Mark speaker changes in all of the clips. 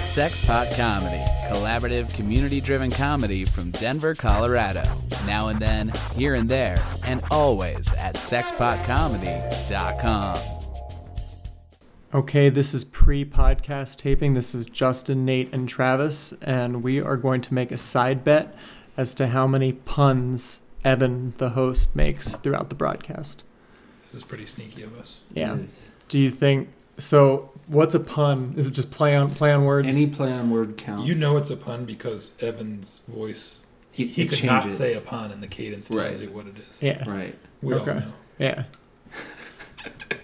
Speaker 1: Sex Pot Comedy, collaborative, community driven comedy from Denver, Colorado. Now and then, here and there, and always at sexpotcomedy.com.
Speaker 2: Okay, this is pre podcast taping. This is Justin, Nate, and Travis, and we are going to make a side bet as to how many puns Evan, the host, makes throughout the broadcast.
Speaker 3: This is pretty sneaky of us.
Speaker 2: Yeah. Do you think so? What's a pun? Is it just play on play on words?
Speaker 4: Any play on word counts.
Speaker 3: You know it's a pun because Evan's voice.
Speaker 4: he,
Speaker 3: He,
Speaker 4: he
Speaker 3: could
Speaker 4: changes.
Speaker 3: not say a pun, and the cadence tells
Speaker 4: Right.
Speaker 3: you what it is.
Speaker 2: yeah.
Speaker 4: Right.
Speaker 3: We all
Speaker 2: Okay.
Speaker 3: know.
Speaker 2: Yeah.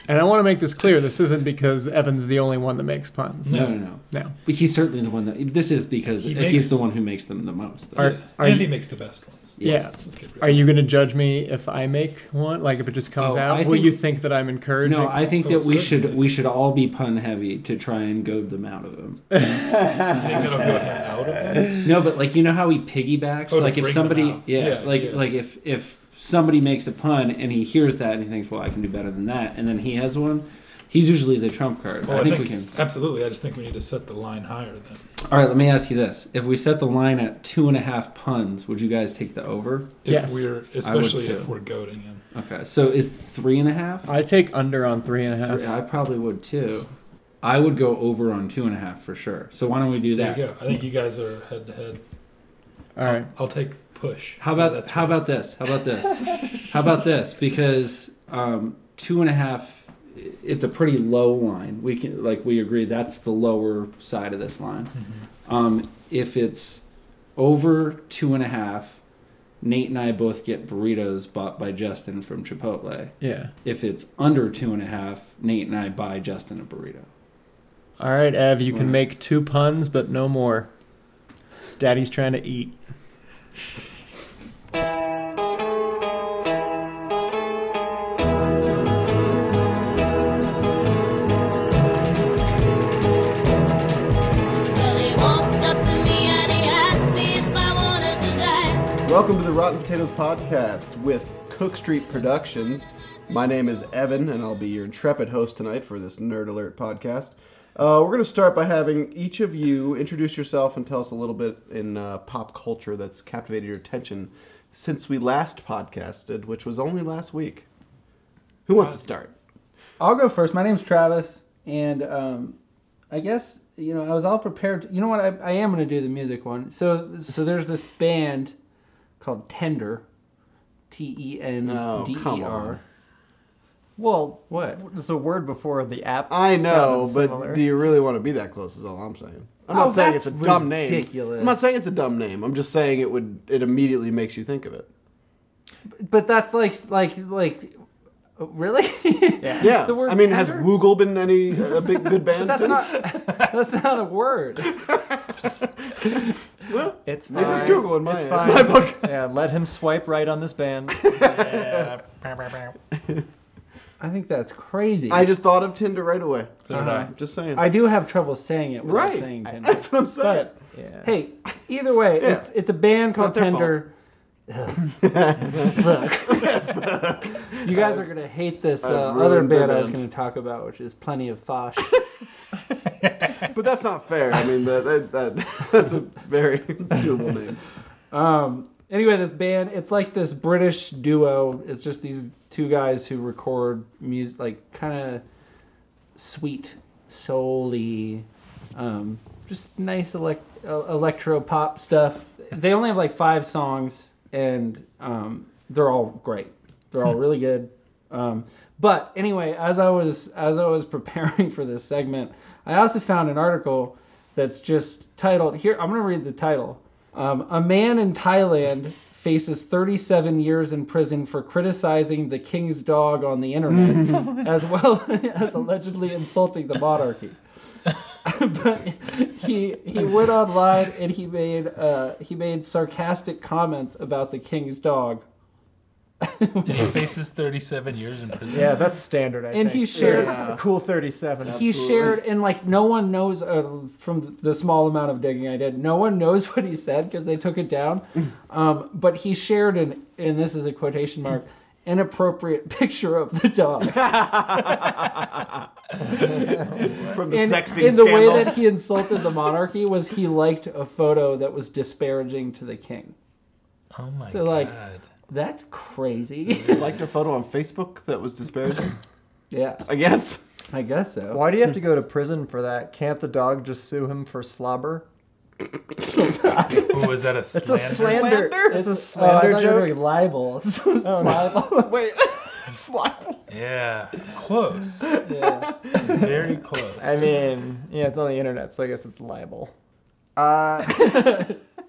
Speaker 2: and I want to make this clear. This isn't because Evan's the only one that makes puns.
Speaker 4: No, no, no.
Speaker 2: No.
Speaker 4: But he's certainly the one that. This is because
Speaker 3: He
Speaker 4: he's
Speaker 3: makes-
Speaker 4: the one who makes them the most. though.
Speaker 2: Are-
Speaker 3: Yeah.
Speaker 2: are
Speaker 3: Andy
Speaker 2: you-
Speaker 3: makes the best ones.
Speaker 4: Yes.
Speaker 2: Yeah.
Speaker 3: Let's get rid of
Speaker 2: Are you going to judge me if I make one? Like if it just comes
Speaker 4: Oh,
Speaker 2: out?
Speaker 4: I
Speaker 2: Will
Speaker 4: think-
Speaker 2: you think that I'm encouraging?
Speaker 4: No, I think
Speaker 3: Oh,
Speaker 4: that we should
Speaker 3: certainly.
Speaker 4: we should all be pun heavy to try and goad them out of him.
Speaker 3: it. I think that'll go him out of it.
Speaker 4: No, but like you know how he piggybacks.
Speaker 3: Oh, to
Speaker 4: like if
Speaker 3: bring them
Speaker 4: somebody,
Speaker 3: out.
Speaker 4: yeah,
Speaker 3: Yeah,
Speaker 4: like
Speaker 3: yeah.
Speaker 4: like if if somebody makes a pun and he hears that and he thinks, well, I can do better than that, and then he has one. He's usually the trump card.
Speaker 3: Well,
Speaker 4: I, think, we can.
Speaker 3: Absolutely. I just think we need to set the line higher then.
Speaker 4: All right, let me ask you this: If we set the line at two and a half puns, would you guys take the over?
Speaker 3: If
Speaker 2: Yes.
Speaker 3: we're, especially
Speaker 4: too.
Speaker 3: if we're goading him.
Speaker 4: Okay, so is three and a half?
Speaker 3: Uh,
Speaker 2: I take under on three and a half.
Speaker 4: Three- I probably would too. I would go over on two and a half for sure. So why don't we do
Speaker 3: There
Speaker 4: that?
Speaker 3: you go. I think you guys are head to head.
Speaker 2: All right.
Speaker 3: I'll take push.
Speaker 4: How
Speaker 3: Yeah,
Speaker 4: about
Speaker 3: that's
Speaker 4: how
Speaker 3: right.
Speaker 4: about this? How about this? how about this? Because um, two and a half, it's a pretty low line. We can like we agree that's the lower side of this line.
Speaker 3: Mm-hmm.
Speaker 4: Um, if it's over two and a half, Nate and I both get burritos bought by Justin from Chipotle.
Speaker 2: Yeah.
Speaker 4: If it's under two and a half, Nate and I buy Justin a burrito.
Speaker 2: All right, Ev, you can
Speaker 4: Alright.
Speaker 2: make two puns, but no more. Daddy's trying to eat.
Speaker 5: Well, he walked up to me and he asked me if I wanted to die.
Speaker 6: Welcome to the Rotten Potatoes Podcast with Cook Street Productions. My name is Evan, and I'll be your intrepid host tonight for this Nerd Alert podcast. Uh, we're going to start by having each of you introduce yourself and tell us a little bit in uh, pop culture that's captivated your attention since we last podcasted, which was only last week. Who
Speaker 7: Uh,
Speaker 6: wants to start?
Speaker 7: I'll go first. My name's Travis, and um, I guess you know I was all prepared. you know what? I, I am going to do the music one. So so there's this band called Tender, T E N
Speaker 6: Oh,
Speaker 7: D
Speaker 6: come
Speaker 7: E
Speaker 6: on.
Speaker 7: R.
Speaker 8: Well,
Speaker 7: What?
Speaker 8: it's a word before the app.
Speaker 6: I know,
Speaker 8: sounded
Speaker 6: but
Speaker 8: similar.
Speaker 6: do you really want to be that close? Is all I'm saying. I'm
Speaker 7: Oh,
Speaker 6: not saying it's
Speaker 7: that's
Speaker 6: a dumb name.
Speaker 7: ridiculous.
Speaker 6: I'm not saying it's a dumb name. I'm just saying it would. It immediately makes you think of it.
Speaker 7: But that's like like like uh, really? Yeah.
Speaker 6: Yeah,
Speaker 7: The word
Speaker 6: I mean, has
Speaker 7: tender?
Speaker 6: Woogle been any a big good band
Speaker 7: That's
Speaker 6: since?
Speaker 7: not that's not a word.
Speaker 8: it's
Speaker 6: I
Speaker 8: fine.
Speaker 6: just Google in my,
Speaker 8: It's
Speaker 6: my
Speaker 8: fine.
Speaker 6: book.
Speaker 8: yeah, let him swipe right on this band.
Speaker 7: I think that's crazy.
Speaker 6: I just thought of Tinder right away.
Speaker 3: So did I.
Speaker 6: Just saying.
Speaker 7: I do have trouble saying it. Without
Speaker 6: Right.
Speaker 7: Saying Tender.
Speaker 6: That's what I'm saying.
Speaker 7: But
Speaker 8: Yeah.
Speaker 7: hey, either way, it's it's a band
Speaker 6: not
Speaker 7: called
Speaker 6: their
Speaker 7: Tender. Ugh. Fuck. you guys are gonna hate this uh, other
Speaker 6: ruined their
Speaker 7: band I was
Speaker 6: band.
Speaker 7: gonna talk about, which is Plenty of Fosh.
Speaker 6: But that's not fair. I mean, that, that, that that's a very doable name.
Speaker 7: um, anyway, this band, it's like this British duo. It's just these two guys who record music, like kind of sweet, souly, um, just nice elect- electro pop stuff. They only have like five songs, and um, they're all great. They're all really good. Um, but anyway, as I was as I was preparing for this segment, I also found an article that's just titled here. I'm gonna read the title. Um, a man in Thailand faces 37 years in prison for criticizing the king's dog on the internet, as well as allegedly insulting the monarchy but he he went online and he made uh, he made sarcastic comments about the king's dog,
Speaker 3: And he faces 37 years in prison.
Speaker 8: Yeah, that's standard. I
Speaker 7: and he
Speaker 8: think.
Speaker 7: shared
Speaker 8: cool thirty-seven.
Speaker 7: he shared and like no one knows uh, from the small amount of digging I did, no one knows what he said because they took it down. Um, but he shared an and this is a quotation mark inappropriate picture of the dog.
Speaker 6: From the
Speaker 7: in,
Speaker 6: sexting
Speaker 7: in the
Speaker 6: scandal.
Speaker 7: way that he insulted the monarchy was he liked a photo that was disparaging to the king.
Speaker 3: Oh my
Speaker 7: So, like-
Speaker 3: god.
Speaker 7: That's crazy.
Speaker 6: liked a photo on Facebook that was disparaging.
Speaker 7: yeah,
Speaker 6: I guess.
Speaker 7: I guess so.
Speaker 8: Why do you have to go to prison for that? Can't the dog just sue him for slobber?
Speaker 3: Ooh, is that a
Speaker 8: It's a
Speaker 3: slander?
Speaker 8: slander. It's a
Speaker 7: Oh, I
Speaker 8: slander
Speaker 7: thought you were
Speaker 8: joke. Oh,
Speaker 7: doing libel. Libel.
Speaker 6: Wait, slobber.
Speaker 3: Yeah. Close.
Speaker 7: Yeah.
Speaker 3: Very close.
Speaker 8: I mean, yeah, it's on the internet, so I guess it's libel. Uh,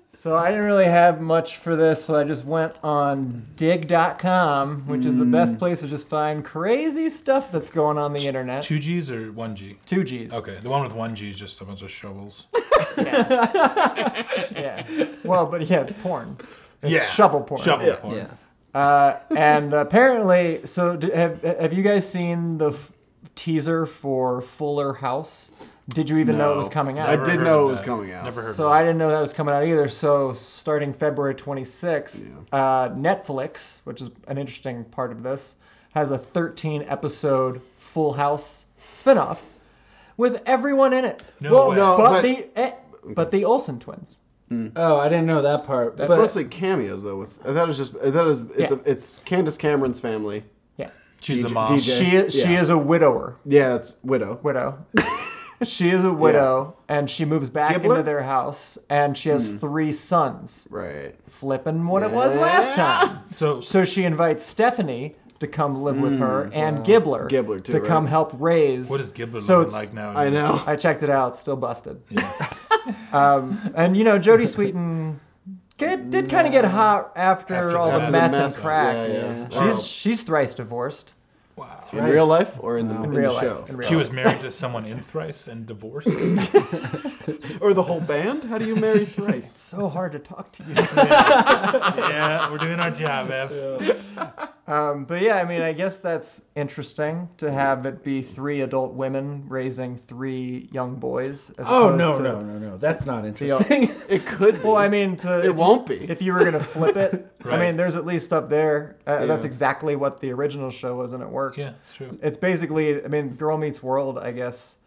Speaker 8: so I didn't really have much for this, so I just went on dig.com, which is the best place to just find crazy stuff that's going on the internet.
Speaker 3: Two G's or one G?
Speaker 8: Two G's.
Speaker 3: Okay, the one with one G is just a bunch of shovels.
Speaker 8: Yeah. Well, but yeah, it's porn. It's
Speaker 3: Yeah.
Speaker 8: Shovel porn.
Speaker 3: Shovel
Speaker 6: Yeah.
Speaker 3: porn.
Speaker 7: yeah.
Speaker 8: Uh, and apparently, so d have, have you guys seen the f- teaser for Fuller House? Did you even know it was
Speaker 6: No.
Speaker 8: coming out?
Speaker 6: I
Speaker 3: Never
Speaker 6: did
Speaker 3: heard
Speaker 6: know
Speaker 3: of
Speaker 6: it was
Speaker 3: that.
Speaker 6: coming out.
Speaker 3: Never heard
Speaker 8: So
Speaker 3: of
Speaker 8: I didn't know that was coming out either. So starting February 26th, uh, Netflix, which is an interesting part of this, has a 13 episode Full House spinoff with everyone in it.
Speaker 3: No Well, way.
Speaker 6: no,
Speaker 8: but,
Speaker 6: but-
Speaker 8: the eh, but the Olsen twins.
Speaker 7: Oh, I didn't know that part.
Speaker 6: It's
Speaker 7: but
Speaker 6: mostly cameos though. With that is just that is it's
Speaker 8: Yeah.
Speaker 6: a, it's Candace Cameron's family.
Speaker 8: Yeah,
Speaker 3: She's the
Speaker 6: DJ
Speaker 3: mom.
Speaker 6: DJ.
Speaker 8: she is she
Speaker 6: Yeah.
Speaker 8: is a widower.
Speaker 6: Yeah, it's widow.
Speaker 8: Widow. she is a widow, and she moves back
Speaker 6: Gibbler? Hmm.
Speaker 8: into their house, and she has three sons.
Speaker 6: Right.
Speaker 8: Flipping what it was last time.
Speaker 3: So
Speaker 8: So she invites Stephanie to come live with her and Gibbler,
Speaker 6: Mm, Gibbler, too,
Speaker 8: to
Speaker 6: right?
Speaker 8: come help raise.
Speaker 3: what is Gibbler
Speaker 8: so
Speaker 3: looking
Speaker 8: it's-
Speaker 3: like now?
Speaker 6: I know.
Speaker 8: I checked it out, still busted. um, and you know, Jodie Sweetin get, did kind of get hot after,
Speaker 3: After
Speaker 8: all the
Speaker 3: that.
Speaker 8: meth,
Speaker 6: After the
Speaker 8: and
Speaker 6: meth,
Speaker 8: crack.
Speaker 6: yeah, yeah.
Speaker 8: She's
Speaker 6: Wow.
Speaker 8: she's thrice divorced
Speaker 3: Wow.
Speaker 6: In
Speaker 7: Thrice.
Speaker 6: real life or in the, in
Speaker 8: in
Speaker 6: the
Speaker 8: real life.
Speaker 6: show?
Speaker 8: in real
Speaker 3: She
Speaker 8: life.
Speaker 3: was married to someone in thrice and divorced.
Speaker 6: Or the whole band? How do you marry thrice?
Speaker 8: so hard to talk to you.
Speaker 3: yeah, we're doing our job, Ev.
Speaker 8: Um, but yeah, I mean, I guess that's interesting to have it be three adult women raising three young boys. As
Speaker 7: Oh
Speaker 8: opposed
Speaker 7: no
Speaker 8: to,
Speaker 7: no no no! That's not interesting.
Speaker 6: It could be.
Speaker 8: Well, I mean, to, if you-
Speaker 6: won't be.
Speaker 8: If you were gonna flip it,
Speaker 3: Right.
Speaker 8: I mean, there's at least up there. Uh, That's
Speaker 6: Yeah.
Speaker 8: exactly what the original show was, and it worked.
Speaker 3: Yeah, it's true.
Speaker 8: It's basically, I mean, Girl Meets World, I guess,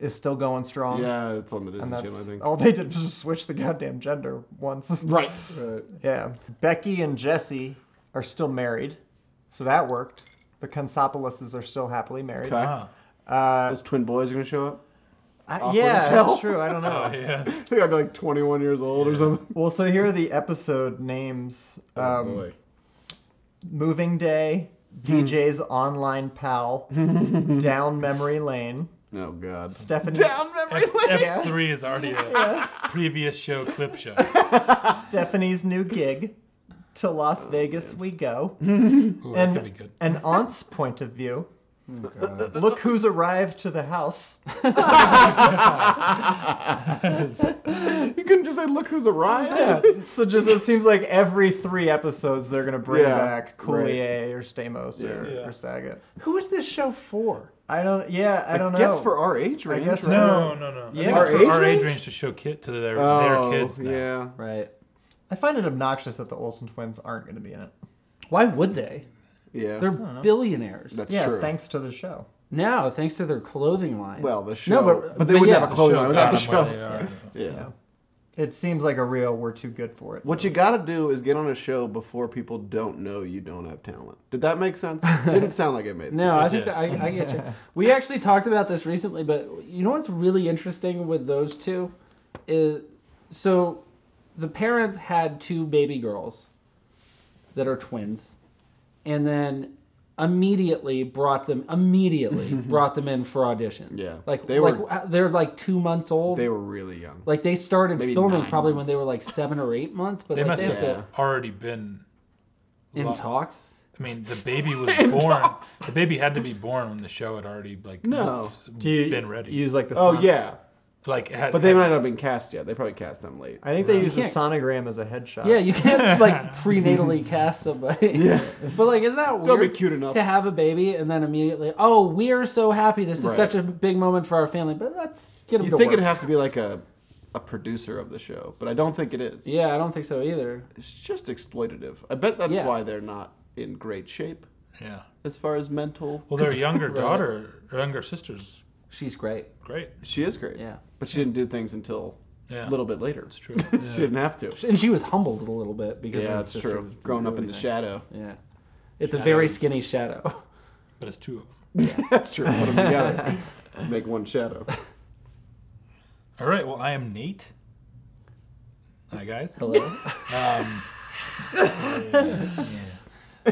Speaker 8: is still going strong.
Speaker 6: yeah, it's on the Disney
Speaker 8: And
Speaker 6: Channel, I
Speaker 8: that's
Speaker 6: think.
Speaker 8: all they did was just switch the goddamn gender once.
Speaker 6: Right.
Speaker 7: Right.
Speaker 8: Yeah. Becky and Jesse are still married, so that worked. The Consopolises are still happily married.
Speaker 6: Okay.
Speaker 3: Ah.
Speaker 8: uh,
Speaker 6: Those twin boys are gonna show up.
Speaker 8: I, yeah,
Speaker 6: as hell.
Speaker 8: that's true. I don't know.
Speaker 3: Oh yeah.
Speaker 6: I think I'd be like 21 years old or something.
Speaker 8: Well, so here are the episode names.
Speaker 6: Oh,
Speaker 8: Um,
Speaker 6: boy.
Speaker 8: Moving Day,
Speaker 6: Hmm.
Speaker 8: DJ's Online Pal, Down Memory Lane,
Speaker 6: Oh God.
Speaker 8: Stephanie,
Speaker 3: F- F3 is already a previous show clip show.
Speaker 8: Stephanie's New Gig, To Las Vegas We Go,
Speaker 3: Oh, Ooh, that could be
Speaker 8: and
Speaker 3: good. Oh,
Speaker 8: an Aunt's Point of View. Uh, Look who's arrived to the house.
Speaker 6: You couldn't just say, "Look who's arrived."
Speaker 8: so just it seems like every three episodes they're gonna bring
Speaker 6: Yeah,
Speaker 8: back Coulier or Stamos or,
Speaker 3: Yeah.
Speaker 8: or Saget.
Speaker 7: Who is this show for?
Speaker 8: I don't. Yeah, I don't know.
Speaker 6: Guess for our age range.
Speaker 8: guess
Speaker 6: right?
Speaker 3: No, no, no.
Speaker 8: Yeah.
Speaker 3: Yeah,
Speaker 8: Our
Speaker 3: our, age,
Speaker 6: age
Speaker 3: our age
Speaker 6: range?
Speaker 3: range to show kid to their
Speaker 6: Oh,
Speaker 3: their kids now.
Speaker 6: Yeah.
Speaker 7: Right.
Speaker 8: I find it obnoxious that the Olsen twins aren't gonna be in it.
Speaker 7: Why would they?
Speaker 6: Yeah.
Speaker 7: They're billionaires.
Speaker 6: That's
Speaker 8: Yeah,
Speaker 6: true.
Speaker 8: thanks to the show.
Speaker 7: now, thanks to their clothing line.
Speaker 6: Well, the
Speaker 7: No,
Speaker 6: show.
Speaker 7: but-
Speaker 6: but, they
Speaker 7: but
Speaker 6: wouldn't
Speaker 7: yeah,
Speaker 6: have a clothing line without the
Speaker 3: got 'em
Speaker 6: show.
Speaker 3: where they are.
Speaker 6: Yeah.
Speaker 8: It seems like a real we're too good for it.
Speaker 6: What you gotta do is get on a show before people don't know you don't have talent. Did that make sense? Didn't sound like it made sense.
Speaker 7: No, I think that, I, I get you. We actually talked about this recently, but you know what's really interesting with those two is so the parents had two baby girls that are twins, and then immediately brought them immediately brought them in for auditions.
Speaker 6: Yeah.
Speaker 7: like
Speaker 6: They
Speaker 7: they
Speaker 6: were-
Speaker 7: were they're like two months old.
Speaker 6: They were really young.
Speaker 7: like they started
Speaker 6: maybe
Speaker 7: filming
Speaker 6: nine
Speaker 7: probably
Speaker 6: months.
Speaker 7: when they were like seven or eight months, but
Speaker 3: They
Speaker 7: like,
Speaker 3: must
Speaker 7: they
Speaker 3: have
Speaker 7: have to,
Speaker 3: already been.
Speaker 7: in talks.
Speaker 3: I mean, the baby was born. The baby had to be born when the show had already like
Speaker 6: No.
Speaker 3: s-
Speaker 8: Do you
Speaker 3: been ready.
Speaker 8: use like the?
Speaker 6: oh
Speaker 8: son-
Speaker 6: yeah,
Speaker 3: like, had,
Speaker 6: but they might
Speaker 3: had,
Speaker 6: not have been cast yet. They probably cast them late.
Speaker 8: I think they use the
Speaker 7: can't-
Speaker 8: sonogram as a headshot.
Speaker 3: uh,
Speaker 7: Yeah, you can't like prenatally cast somebody. Yeah. But like, isn't that
Speaker 6: They'll
Speaker 7: weird?
Speaker 6: be cute enough.
Speaker 7: to have a baby and then immediately, oh, we're so happy. This is
Speaker 6: Right.
Speaker 7: such a big moment for our family. But let's get them
Speaker 6: You
Speaker 7: to
Speaker 6: think
Speaker 7: work.
Speaker 6: it'd have to be like a a producer of the show, but I don't think it is.
Speaker 7: yeah, I don't think so either.
Speaker 6: It's just exploitative. I bet that's
Speaker 7: Yeah.
Speaker 6: why they're not in great shape
Speaker 3: Yeah.
Speaker 6: as far as mental.
Speaker 3: Well, their younger daughter, her younger sister's
Speaker 7: She's great.
Speaker 3: great.
Speaker 6: She is great.
Speaker 7: Yeah.
Speaker 6: But she didn't do things until
Speaker 3: Yeah.
Speaker 6: a little bit later.
Speaker 3: It's true.
Speaker 6: She didn't have to.
Speaker 7: And she was humbled a little bit because
Speaker 6: Yeah,
Speaker 7: her
Speaker 6: that's
Speaker 7: sister
Speaker 6: true.
Speaker 7: was
Speaker 6: Growing up in the
Speaker 7: really
Speaker 6: shadow.
Speaker 7: nice. Yeah. It's a very
Speaker 3: Shadows.
Speaker 7: skinny shadow.
Speaker 3: But it's two of them.
Speaker 6: That's true. Put 'em together. Make one shadow.
Speaker 3: All right. Well, I am Nate. Hi, guys.
Speaker 7: Hello.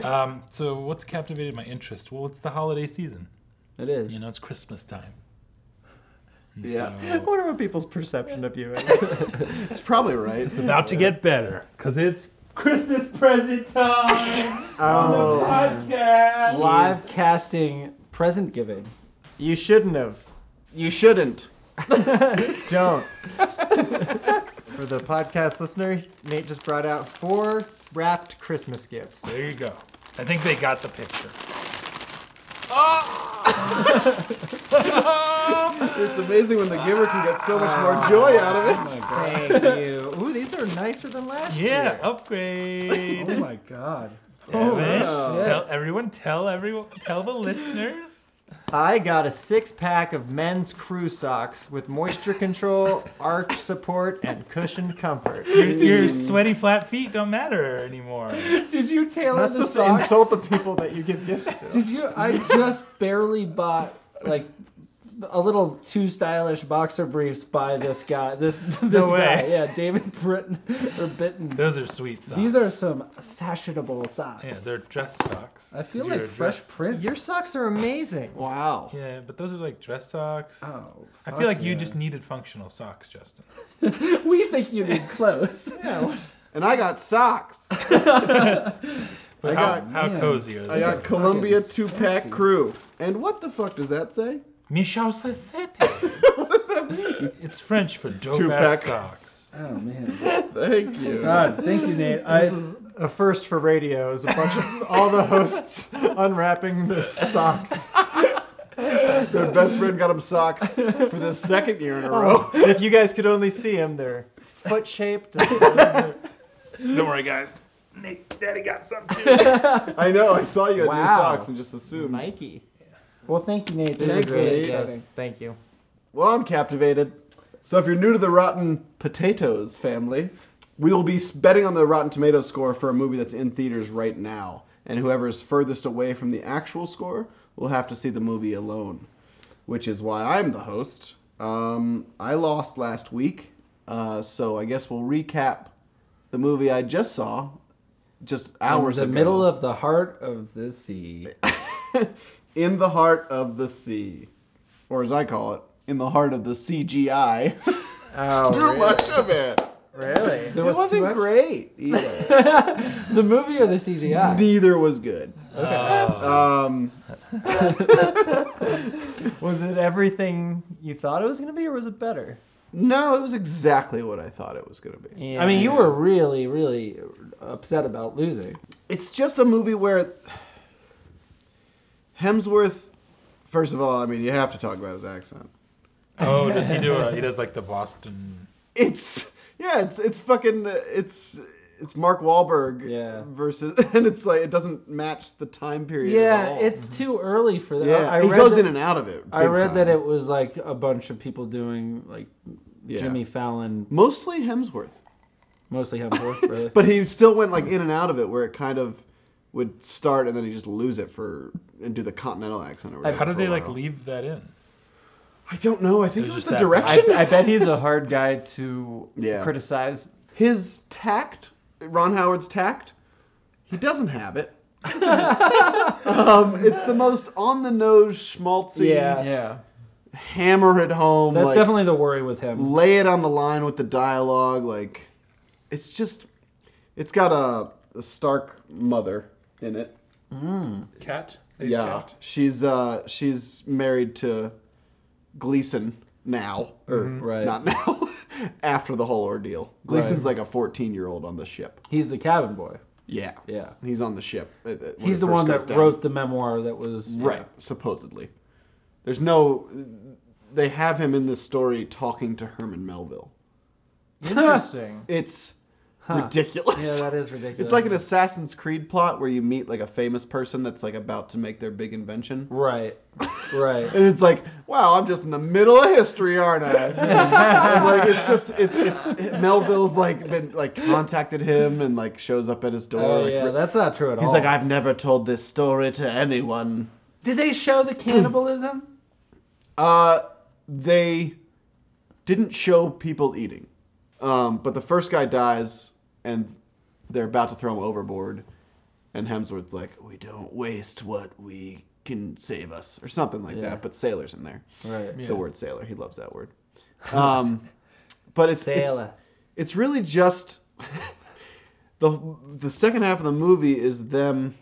Speaker 3: Um, so, what's captivated my interest? Well, it's the holiday season.
Speaker 7: It is.
Speaker 3: You know, it's Christmas time. And
Speaker 6: Yeah.
Speaker 3: so-
Speaker 8: I wonder what people's perception of you is.
Speaker 6: It's probably right.
Speaker 3: about to get better because it's Christmas present time.
Speaker 8: oh,
Speaker 3: podcast.
Speaker 7: Live casting present giving.
Speaker 8: you shouldn't have.
Speaker 6: You shouldn't.
Speaker 8: Don't. For the podcast listener, Nate just brought out four wrapped Christmas gifts.
Speaker 3: There you go. I think they got the picture.
Speaker 6: It's amazing when the giver can get so much
Speaker 7: Ah,
Speaker 6: more joy out
Speaker 7: oh
Speaker 6: of it.
Speaker 8: Thank you. Ooh, these are nicer than last
Speaker 3: Yeah,
Speaker 8: year.
Speaker 3: upgrade.
Speaker 7: Oh my god.
Speaker 3: Evan, tell everyone, tell everyone, tell the listeners.
Speaker 8: I got a six pack of men's crew socks with moisture control, arch support, and cushion comfort.
Speaker 3: Your, your sweaty flat feet don't matter anymore.
Speaker 7: Did you
Speaker 8: I'm
Speaker 7: tailor
Speaker 8: not
Speaker 7: the
Speaker 8: supposed to
Speaker 7: song?
Speaker 8: insult the people that you give gifts to.
Speaker 7: Did you? I just barely bought like a little too stylish boxer briefs by this guy. This this guy.
Speaker 3: way.
Speaker 7: Yeah, David Britton or Bitten.
Speaker 3: Those are sweet socks.
Speaker 7: These are some fashionable socks.
Speaker 3: yeah, they're dress socks.
Speaker 7: I feel
Speaker 3: 'Cause you're
Speaker 7: like
Speaker 3: a
Speaker 7: Fresh
Speaker 3: dress-
Speaker 7: Prince.
Speaker 8: Your socks are amazing.
Speaker 6: Wow.
Speaker 3: Yeah, but those are like dress socks.
Speaker 7: Oh,
Speaker 3: I
Speaker 7: fuck
Speaker 3: feel like you
Speaker 7: yeah.
Speaker 3: just needed functional socks, Justin.
Speaker 7: We think you need clothes.
Speaker 6: And I got socks. I
Speaker 3: How,
Speaker 6: got
Speaker 3: how
Speaker 7: man.
Speaker 3: cozy are
Speaker 6: I
Speaker 3: they?
Speaker 6: got Columbia
Speaker 7: fucking
Speaker 6: two pack
Speaker 7: sexy.
Speaker 6: crew. And what the fuck does that say?
Speaker 3: Michel Sacette. It's French for dope
Speaker 6: Two-pack.
Speaker 3: ass socks.
Speaker 7: Oh man.
Speaker 6: Thank you.
Speaker 7: God, thank you, Nate. I,
Speaker 8: This is a first for radio. Is a bunch of all the hosts unwrapping their socks.
Speaker 6: Their best friend got them socks for the second year in
Speaker 7: Oh.
Speaker 6: a row.
Speaker 8: If you guys could only see them, they're foot shaped. I
Speaker 3: Don't worry, guys. Nate, Daddy got some too.
Speaker 6: I know. I saw you had new
Speaker 7: Wow.
Speaker 6: socks and just assumed.
Speaker 8: Mikey.
Speaker 7: well, thank you, Nate. This
Speaker 6: Thanks,
Speaker 7: is great.
Speaker 6: Nate.
Speaker 8: Yes, thank you.
Speaker 6: Well, I'm captivated. So if you're new to the Rotten Potatoes family, we will be betting on the Rotten Tomatoes score for a movie that's in theaters right now, and whoever is furthest away from the actual score will have to see the movie alone, which is why I'm the host. Um, I lost last week, uh, so I guess we'll recap the movie I just saw just hours
Speaker 7: In the
Speaker 6: ago.
Speaker 7: middle of the heart of the sea.
Speaker 6: in the heart of the sea, or as I call it, in the heart of the CGI.
Speaker 8: Oh,
Speaker 6: Too much of it.
Speaker 8: really?
Speaker 6: It
Speaker 7: There was too
Speaker 6: wasn't
Speaker 7: much-
Speaker 6: great either.
Speaker 7: The movie or the CGI?
Speaker 6: Neither was good. Um,
Speaker 8: Was it everything you thought it was going to be, or was it better?
Speaker 6: no, it was exactly what I thought it was going to be.
Speaker 7: I mean, you were really, really upset about losing.
Speaker 6: It's just a movie where Hemsworth. First of all, I mean, you have to talk about his accent.
Speaker 3: Oh, does he do a? He does like the Boston.
Speaker 6: It's yeah, it's it's fucking uh, it's it's Mark Wahlberg
Speaker 7: Yeah.
Speaker 6: versus, and it's like it doesn't match the time period. at
Speaker 7: Yeah,
Speaker 6: all. Mm-hmm.
Speaker 7: it's too early for that.
Speaker 6: yeah.
Speaker 7: I
Speaker 6: he
Speaker 7: read
Speaker 6: goes
Speaker 7: that,
Speaker 6: in and out of it.
Speaker 7: I
Speaker 6: big
Speaker 7: read
Speaker 6: time.
Speaker 7: that it was like a bunch of people doing like
Speaker 6: Yeah.
Speaker 7: Jimmy Fallon,
Speaker 6: mostly Hemsworth.
Speaker 7: mostly Hemsworth, really.
Speaker 6: But he still went like in and out of it, where it kind of would start and then he just lose it for and do the continental accent or whatever.
Speaker 3: How did
Speaker 6: for a
Speaker 3: they like
Speaker 6: while.
Speaker 3: leave that in?
Speaker 6: I don't know. I think
Speaker 3: It
Speaker 6: it was,
Speaker 3: was just
Speaker 6: the
Speaker 3: that-
Speaker 6: direction.
Speaker 8: I bet he's a hard guy to
Speaker 6: Yeah.
Speaker 8: criticize.
Speaker 6: His tact, Ron Howard's tact, he doesn't have it. um, it's the most on the nose schmaltzy
Speaker 7: Yeah.
Speaker 8: Yeah.
Speaker 6: hammer it home.
Speaker 7: That's
Speaker 6: like,
Speaker 7: definitely the worry with him.
Speaker 6: lay it on the line with the dialogue. Like, it's just, it's got a, a Stark mother in it.
Speaker 3: Cat.
Speaker 6: yeah, she's uh, she's married to Gleason now, or
Speaker 7: Mm-hmm. Right.
Speaker 6: not now, after the whole ordeal. Gleason's like a 14 year old on the ship.
Speaker 7: He's the cabin boy.
Speaker 6: Yeah,
Speaker 7: Yeah.
Speaker 6: he's on the ship. uh, uh, when
Speaker 7: He's
Speaker 6: it
Speaker 7: the
Speaker 6: first
Speaker 7: one
Speaker 6: goes
Speaker 7: that
Speaker 6: down.
Speaker 7: wrote the memoir that was
Speaker 6: right? Supposedly, there's no. They have him in this story talking to Herman Melville.
Speaker 8: Interesting.
Speaker 6: It's
Speaker 7: Huh. Yeah,
Speaker 6: ridiculous.
Speaker 7: that is ridiculous.
Speaker 6: it's like an Assassin's Creed plot where you meet like a famous person that's like about to make their big invention.
Speaker 7: right, right.
Speaker 6: And it's like, wow, I'm just in the middle of history, aren't I? And, like it's just it's it's Melville's like been like contacted him and like shows up at his door.
Speaker 7: Oh
Speaker 6: like,
Speaker 7: yeah, that's not true at
Speaker 6: he's
Speaker 7: all.
Speaker 6: like, I've never told this story to anyone.
Speaker 7: Did they show the cannibalism?
Speaker 6: Uh, they didn't show people eating, um, but the first guy dies, and they're about to throw him overboard, and Hemsworth's like, "We don't waste what we can save us," or something like that. But sailors in there,
Speaker 7: right.
Speaker 6: the word sailor, he loves that word. Um, but it's, it's
Speaker 7: Sailor.
Speaker 6: it's really just the the second half of the movie is them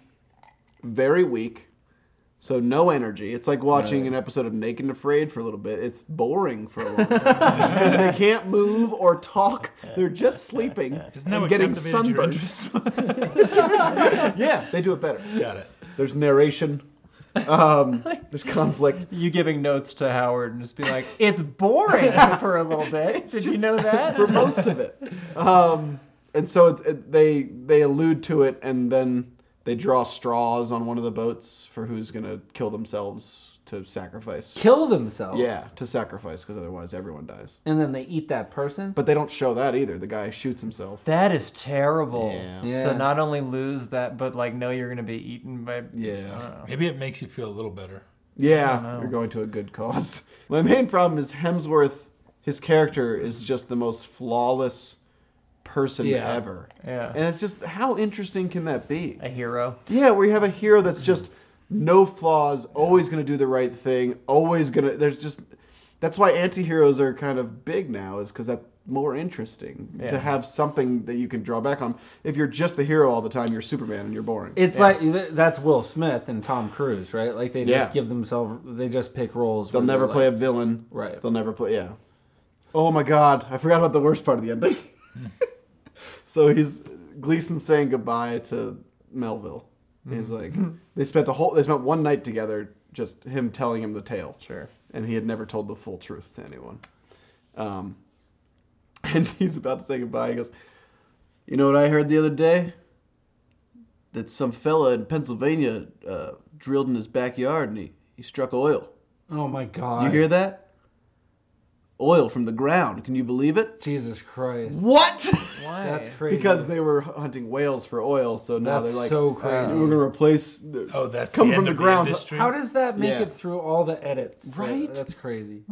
Speaker 6: very weak, so no energy. It's like watching an episode of Naked and Afraid for a little bit. It's boring for a long time because they can't move or talk. They're just sleeping
Speaker 3: Isn't that
Speaker 6: and
Speaker 3: what
Speaker 6: getting
Speaker 3: captivated your
Speaker 6: sunburned.
Speaker 3: interest?
Speaker 6: Yeah, they do it better.
Speaker 3: Got it.
Speaker 6: There's narration. Um, there's conflict.
Speaker 8: You giving notes to Howard and just be like, it's boring for a little bit. Did you know that?
Speaker 6: for most of it. Um, and so it, it, they they allude to it, and then they draw straws on one of the boats for who's gonna kill themselves to sacrifice.
Speaker 7: Kill themselves.
Speaker 6: Yeah, to sacrifice, because otherwise everyone dies.
Speaker 7: And then they eat that person.
Speaker 6: But they don't show that either. The guy shoots himself.
Speaker 8: That is terrible.
Speaker 7: Yeah.
Speaker 8: So not only lose that, but like know you're gonna be eaten by.
Speaker 6: Yeah,
Speaker 3: Maybe it makes you feel a little better.
Speaker 6: yeah, you're going to a good cause. My main problem is Hemsworth. His character is just the most flawless person
Speaker 7: Yeah.
Speaker 6: ever.
Speaker 8: Yeah.
Speaker 6: And it's just how interesting can that be?
Speaker 8: a hero.
Speaker 6: Yeah, where you have a hero that's just no flaws, always going to do the right thing, always going to. There's just. That's why anti-heroes are kind of big now, is because that's more interesting to have something that you can draw back on. If you're just the hero all the time, you're Superman and you're boring.
Speaker 7: It's like th- that's Will Smith and Tom Cruise, right? Like they just
Speaker 6: Yeah.
Speaker 7: give themselves, they just pick roles.
Speaker 6: They'll
Speaker 7: where
Speaker 6: never
Speaker 7: they're
Speaker 6: play a
Speaker 7: like-
Speaker 6: villain.
Speaker 7: Right.
Speaker 6: They'll never play. Yeah. Oh my God! I forgot about the worst part of the ending. so he's Gleason's saying goodbye to Melville. He's
Speaker 7: Mm-hmm.
Speaker 6: like, they spent a whole, they spent one night together, just him telling him the tale.
Speaker 8: Sure.
Speaker 6: And he had never told the full truth to anyone. Um, and he's about to say goodbye. He goes, "You know what I heard the other day? That some fella in Pennsylvania uh, drilled in his backyard and he, he struck oil."
Speaker 7: Oh my
Speaker 6: You
Speaker 7: god!
Speaker 6: hear that? Oil from the ground. Can you believe it?
Speaker 7: Jesus Christ!
Speaker 6: What?
Speaker 8: Why?
Speaker 7: That's crazy.
Speaker 6: because they were hunting whales for oil, so now
Speaker 7: that's
Speaker 6: they're like,
Speaker 7: so crazy.
Speaker 6: we're gonna replace. The,
Speaker 3: Oh, that's
Speaker 6: Come
Speaker 3: the
Speaker 6: from
Speaker 3: end
Speaker 6: the
Speaker 3: of
Speaker 6: ground.
Speaker 3: industry?
Speaker 7: How does that make
Speaker 6: Yeah.
Speaker 7: it through all the edits? That-
Speaker 6: Right?
Speaker 7: that's crazy.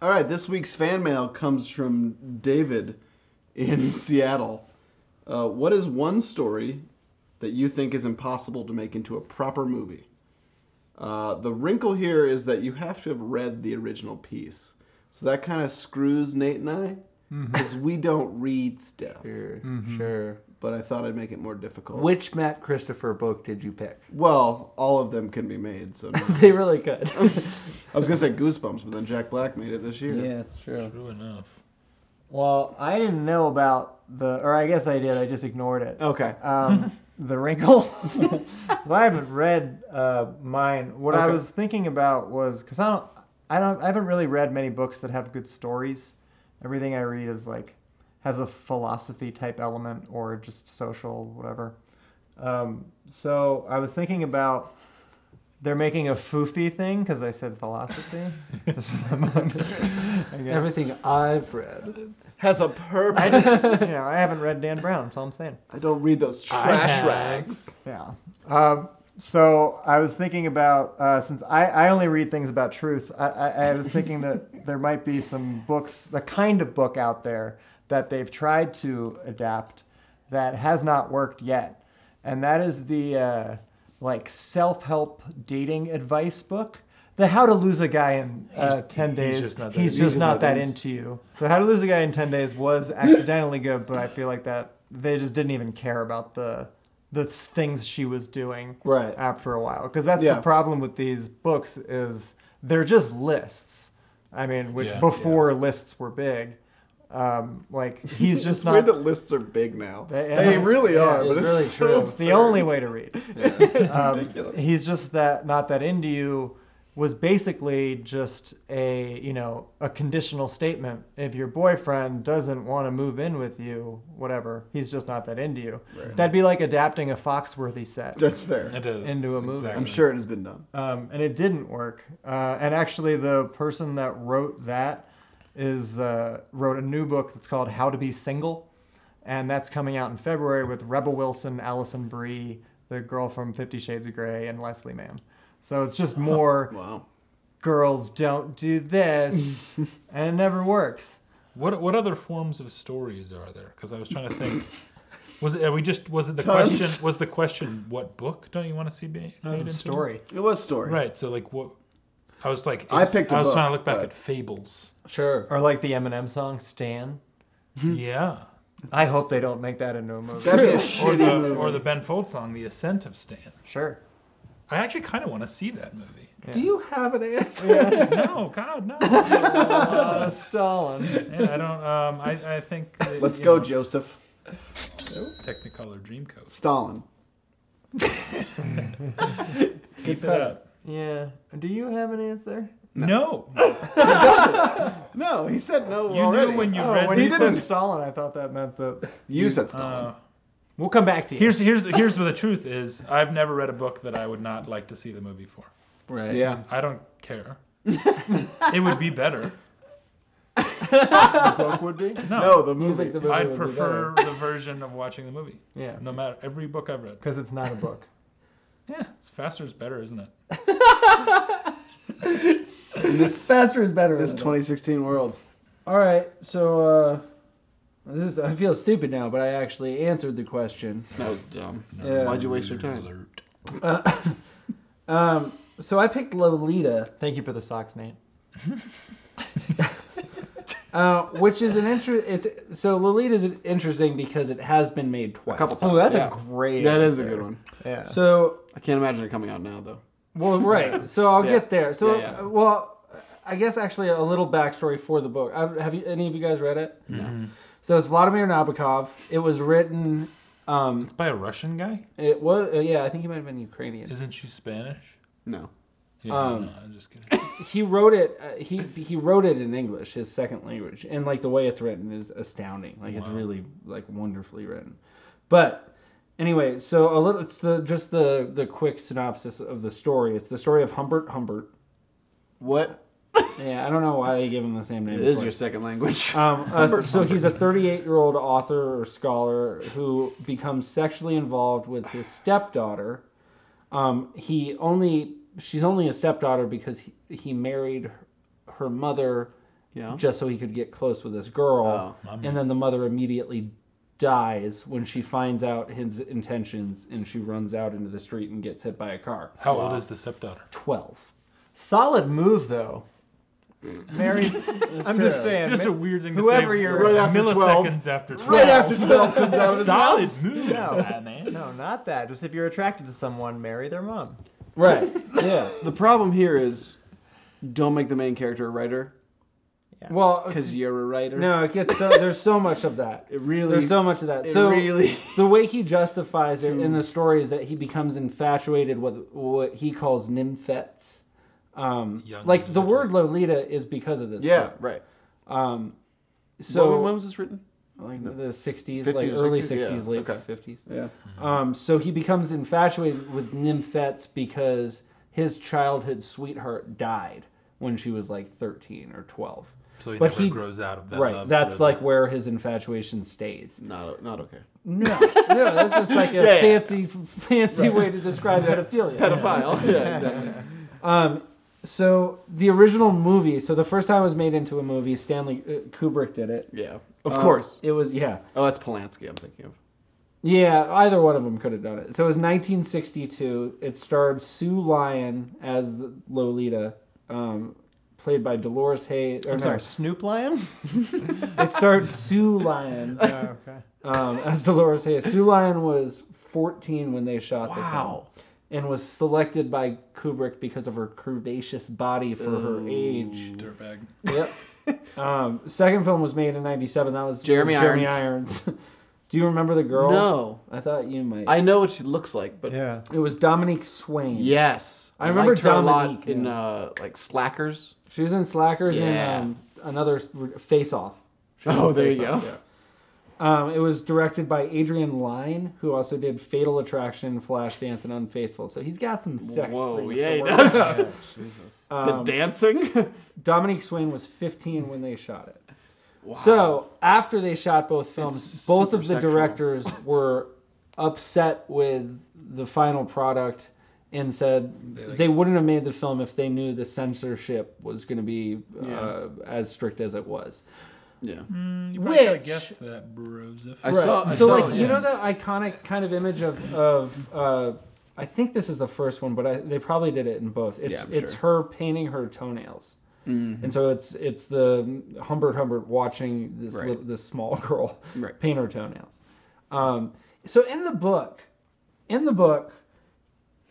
Speaker 6: All right, this week's fan mail comes from David in Seattle. Uh, what is one story that you think is impossible to make into a proper movie? Uh, the wrinkle here is that you have to have read the original piece. So that kind of screws Nate and I because we don't read stuff.
Speaker 7: Sure, sure.
Speaker 6: But I thought I'd make it more difficult.
Speaker 7: Which Matt Christopher book did you pick?
Speaker 6: well, all of them can be made. So no.
Speaker 7: They really could.
Speaker 6: I was gonna say Goosebumps, but then Jack Black made it this year.
Speaker 7: it's true.
Speaker 3: True enough.
Speaker 8: Well, I didn't know about the, or I guess I did. I just ignored it.
Speaker 6: Okay.
Speaker 8: Um, the wrinkle. so I haven't read uh, mine. What I
Speaker 6: Okay.
Speaker 8: was thinking about was because I don't, I don't, I haven't really read many books that have good stories. Everything I read is like has a philosophy type element or just social whatever. Um, so I was thinking about they're making a foofy thing because I said philosophy. This is the moment, I guess.
Speaker 7: Everything I've read.
Speaker 6: Has a purpose.
Speaker 8: I just, you know, I haven't read Dan Brown. That's all I'm saying.
Speaker 6: I don't read those trash rags.
Speaker 8: Yeah. Um, so I was thinking about uh, since I, I only read things about truth, I, I, I was thinking that there might be some books, the kind of book out there that they've tried to adapt that has not worked yet, and that is the uh, like self-help dating advice book. The How to Lose a Guy in uh, 10
Speaker 3: he's
Speaker 8: Days.
Speaker 3: just not that
Speaker 8: he's
Speaker 3: into
Speaker 8: just
Speaker 6: it.
Speaker 8: not that into you. So, How to Lose a Guy in 10 Days was accidentally good, but I feel like that they just didn't even care about the the things she was doing
Speaker 7: Right.
Speaker 8: after a while because that's
Speaker 6: Yeah.
Speaker 8: the problem with these books is they're just lists i mean which
Speaker 3: Yeah,
Speaker 8: before lists were big um, like he's just
Speaker 6: It's weird
Speaker 8: not
Speaker 6: that lists are big now.
Speaker 8: They-
Speaker 6: They, really are, but
Speaker 7: it's
Speaker 6: it's
Speaker 7: really
Speaker 6: so
Speaker 7: true.
Speaker 8: it's the only way to read
Speaker 6: absurd. It's ridiculous.
Speaker 8: he's just that not that into you was basically just a you know a conditional statement. If your boyfriend doesn't want to move in with you, whatever, he's just not that into you. That'd be like adapting a Foxworthy set
Speaker 6: That's fair.
Speaker 3: It is.
Speaker 8: into a movie.
Speaker 6: I'm sure it has been done.
Speaker 8: um, and it didn't work. Uh, and actually, the person that wrote that is uh, wrote a new book that's called How to Be Single, and that's coming out in February with Rebel Wilson, Allison Brie, the girl from Fifty Shades of Grey, and Leslie Mann. So it's just more
Speaker 6: Wow.
Speaker 8: girls don't do this, and it never works.
Speaker 3: What what other forms of stories are there? Because I was trying to think. Was it? Are we just? Was it the
Speaker 6: Tons.
Speaker 3: question? Was the question what book don't you want to see be made
Speaker 8: It's
Speaker 3: into?
Speaker 8: a story.
Speaker 6: It was story.
Speaker 3: Right. So like what? I was like,
Speaker 6: I picked a
Speaker 3: I was
Speaker 6: book,
Speaker 3: trying to look back
Speaker 6: but-
Speaker 3: at fables.
Speaker 7: Sure.
Speaker 8: Or like the Eminem song "Stan."
Speaker 6: Hmm.
Speaker 3: yeah.
Speaker 8: I hope they don't make that into a movie.
Speaker 6: That'd be a
Speaker 3: Or
Speaker 6: shitty
Speaker 3: the
Speaker 6: movie.
Speaker 3: or the Ben Folds song, "The Ascent of Stan."
Speaker 8: Sure.
Speaker 3: I actually kind of want to see that movie.
Speaker 7: Do you have an answer?
Speaker 3: No, God, no. Yeah,
Speaker 8: Uh, Stalin.
Speaker 3: I don't. Um, I I think. that,
Speaker 6: Let's
Speaker 3: you
Speaker 6: go,
Speaker 3: know,
Speaker 6: Joseph.
Speaker 3: Technicolor Dreamcoat.
Speaker 6: Stalin.
Speaker 3: Keep it up.
Speaker 8: Yeah. Do you have an answer?
Speaker 3: No,
Speaker 6: No, he said no
Speaker 3: you
Speaker 6: already.
Speaker 3: knew when you
Speaker 8: Oh,
Speaker 3: read.
Speaker 8: when you
Speaker 3: these-
Speaker 8: said Stalin, I thought that meant that.
Speaker 6: You said Stalin.
Speaker 8: We'll come back to you.
Speaker 3: Here's here's here's what the truth is. I've never read a book that I would not like to see the movie for.
Speaker 7: Right.
Speaker 6: yeah.
Speaker 3: I don't care. it would be better.
Speaker 8: the book would be.
Speaker 3: No,
Speaker 6: No, the
Speaker 7: You
Speaker 6: movie.
Speaker 7: think the movie
Speaker 3: I'd
Speaker 7: would be
Speaker 3: prefer the version of watching the movie.
Speaker 8: Yeah,
Speaker 3: No matter every book I've read.
Speaker 8: because it's not a book.
Speaker 3: Yeah, it's faster is better, isn't it?
Speaker 6: In
Speaker 7: better?
Speaker 6: this,
Speaker 7: faster is better.
Speaker 6: this
Speaker 7: isn't it?
Speaker 6: 2016 world.
Speaker 7: All right. So uh, this is. I feel stupid now, but I actually answered the question.
Speaker 6: That was dumb.
Speaker 7: Yeah.
Speaker 6: Why'd you waste your time?
Speaker 3: Alert.
Speaker 7: Um. So I picked Lolita,
Speaker 8: Thank you for the socks, Nate.
Speaker 7: uh, which is an interest. It's so Lolita is interesting because it has been made twice.
Speaker 6: couple times.
Speaker 8: Oh, that's
Speaker 6: Yeah.
Speaker 8: a great.
Speaker 6: That is a good one.
Speaker 8: Yeah.
Speaker 7: So
Speaker 6: I can't imagine it coming out now, though.
Speaker 7: Well, right. So I'll
Speaker 6: Yeah.
Speaker 7: get there. So,
Speaker 6: Yeah, yeah.
Speaker 7: uh, well, I guess actually a little backstory for the book. I, have you, any of you guys read it?
Speaker 6: No.
Speaker 7: So it's Vladimir Nabokov. It was written. Um,
Speaker 3: It's by a Russian guy?
Speaker 7: it was uh, yeah. I think he might have been Ukrainian.
Speaker 3: Isn't she Spanish?
Speaker 6: No.
Speaker 3: Yeah,
Speaker 7: Um,
Speaker 3: no, I'm just kidding.
Speaker 7: He wrote it. Uh, he he wrote it in English, his second language, and like the way it's written is astounding. Like it's really like wonderfully written. But anyway, so a little. It's the just the the quick synopsis of the story. It's the story of Humbert Humbert.
Speaker 6: What?
Speaker 7: Yeah, I don't know why they gave him the same name.
Speaker 6: It is
Speaker 7: but-
Speaker 6: your second language.
Speaker 7: Um, uh, so he's a 38 year old author or scholar who becomes sexually involved with his stepdaughter. Um, he only she's only a stepdaughter because he, he married her mother
Speaker 6: yeah.
Speaker 7: just so he could get close with this girl, and then the mother immediately dies when she finds out his intentions, and she runs out into the street and gets hit by a car.
Speaker 3: How old is the stepdaughter?
Speaker 7: Twelve.
Speaker 8: Solid move though. Mary, I'm just saying.
Speaker 3: Just a
Speaker 8: ma-
Speaker 3: weird thing to
Speaker 8: whoever
Speaker 3: say.
Speaker 8: you're-
Speaker 6: Right after
Speaker 3: milliseconds after 12.
Speaker 6: Right after 12 comes out
Speaker 3: uh,
Speaker 6: of his mouth.
Speaker 3: Solid move,
Speaker 8: No.
Speaker 3: that man.
Speaker 8: no, not that. Just if you're attracted to someone, marry their mom.
Speaker 7: Right. Yeah.
Speaker 6: The problem here is don't make the main character a writer
Speaker 7: Well,
Speaker 6: because you're a writer.
Speaker 7: No, it gets so there's so much of that.
Speaker 6: It really-
Speaker 7: there's so much of that.
Speaker 6: It
Speaker 7: so
Speaker 6: really.
Speaker 7: the way he justifies it in the story is that he becomes infatuated with what he calls nymphets. Um,
Speaker 3: Young
Speaker 7: like the word Lolita is because of this.
Speaker 6: Yeah, right. So,
Speaker 7: So
Speaker 6: when, when was this written?
Speaker 7: like the 60s,
Speaker 6: 50s
Speaker 7: like
Speaker 6: or
Speaker 7: early
Speaker 6: 60s,
Speaker 7: 60s,
Speaker 6: yeah,
Speaker 7: late
Speaker 6: okay.
Speaker 7: 50s.
Speaker 6: Yeah.
Speaker 3: Mm-hmm.
Speaker 7: Um, so he becomes infatuated with nymphets because his childhood sweetheart died when she was like 13 or 12.
Speaker 3: So he
Speaker 7: But
Speaker 3: never
Speaker 7: he-
Speaker 3: grows out of that
Speaker 7: right.
Speaker 3: love
Speaker 7: That's
Speaker 3: for
Speaker 7: like where his infatuation stays.
Speaker 6: Not, not okay.
Speaker 7: No, no, that's just like a
Speaker 6: yeah.
Speaker 7: fancy, fancy way to describe pedophilia.
Speaker 6: Pedophile. Yeah, exactly.
Speaker 7: So the original movie, so the first time it was made into a movie, Stanley uh, Kubrick did it. Um,
Speaker 6: Yeah. Of course.
Speaker 7: It was yeah,
Speaker 6: Oh, that's Polanski I'm thinking of.
Speaker 7: yeah. Either one of them could have done it. So it was 1962. It starred Sue Lyon as the Lolita, um, played by Dolores Hay. Or no,
Speaker 8: I'm sorry, Snoop Lion.
Speaker 7: It starred Sue Lyon
Speaker 8: Oh, okay.
Speaker 7: um, as Dolores Hay. Sue Lyon was 14 when they shot the film. and was selected by Kubrick because of her curvaceous body for her age.
Speaker 3: Dirtbag.
Speaker 7: Yep. um, second film was made in '97. That was
Speaker 6: Jeremy
Speaker 7: Jeremy
Speaker 6: Irons.
Speaker 7: Irons. Do you remember the girl?
Speaker 6: No.
Speaker 7: I thought you might.
Speaker 6: I know what she looks like, but
Speaker 8: Yeah.
Speaker 7: it was Dominique Swain.
Speaker 6: yes,
Speaker 7: I remember
Speaker 6: liked her
Speaker 7: Dominique,
Speaker 6: a lot in
Speaker 7: yeah.
Speaker 6: uh, like Slackers.
Speaker 7: She was in Slackers
Speaker 6: Yeah.
Speaker 7: and um, another Face Off.
Speaker 6: Oh, there you go.
Speaker 7: Um, it was directed by Adrian Lyne, who also did Fatal Attraction, Flashdance, and Unfaithful. So he's got some sex
Speaker 6: Whoa,
Speaker 7: things.
Speaker 6: yeah,
Speaker 7: to
Speaker 6: he
Speaker 7: work
Speaker 6: does.
Speaker 7: with. Um,
Speaker 6: the dancing.
Speaker 7: Dominique Swain was 15 when they shot it. So after they shot both films,
Speaker 6: It's
Speaker 7: both
Speaker 6: super
Speaker 7: of the
Speaker 6: sexual.
Speaker 7: directors were upset with the final product and said they, wouldn't have made the film if they knew the censorship was going to be uh, as strict as it was.
Speaker 6: yeah,
Speaker 3: You probably gotta
Speaker 7: Which-
Speaker 3: guess that, Brozif.
Speaker 6: I saw. I
Speaker 7: so
Speaker 6: saw,
Speaker 7: like
Speaker 6: yeah.
Speaker 7: you know that iconic kind of image of of uh, I think this is the first one, but I, they probably did it in both. It's
Speaker 6: Yeah, I'm Mm-hmm.
Speaker 7: it's her painting her toenails, and so it's it's the Humbert Humbert watching this
Speaker 6: Right.
Speaker 7: li- this small girl
Speaker 6: Right.
Speaker 7: paint her toenails. Um, so in the book, in the book,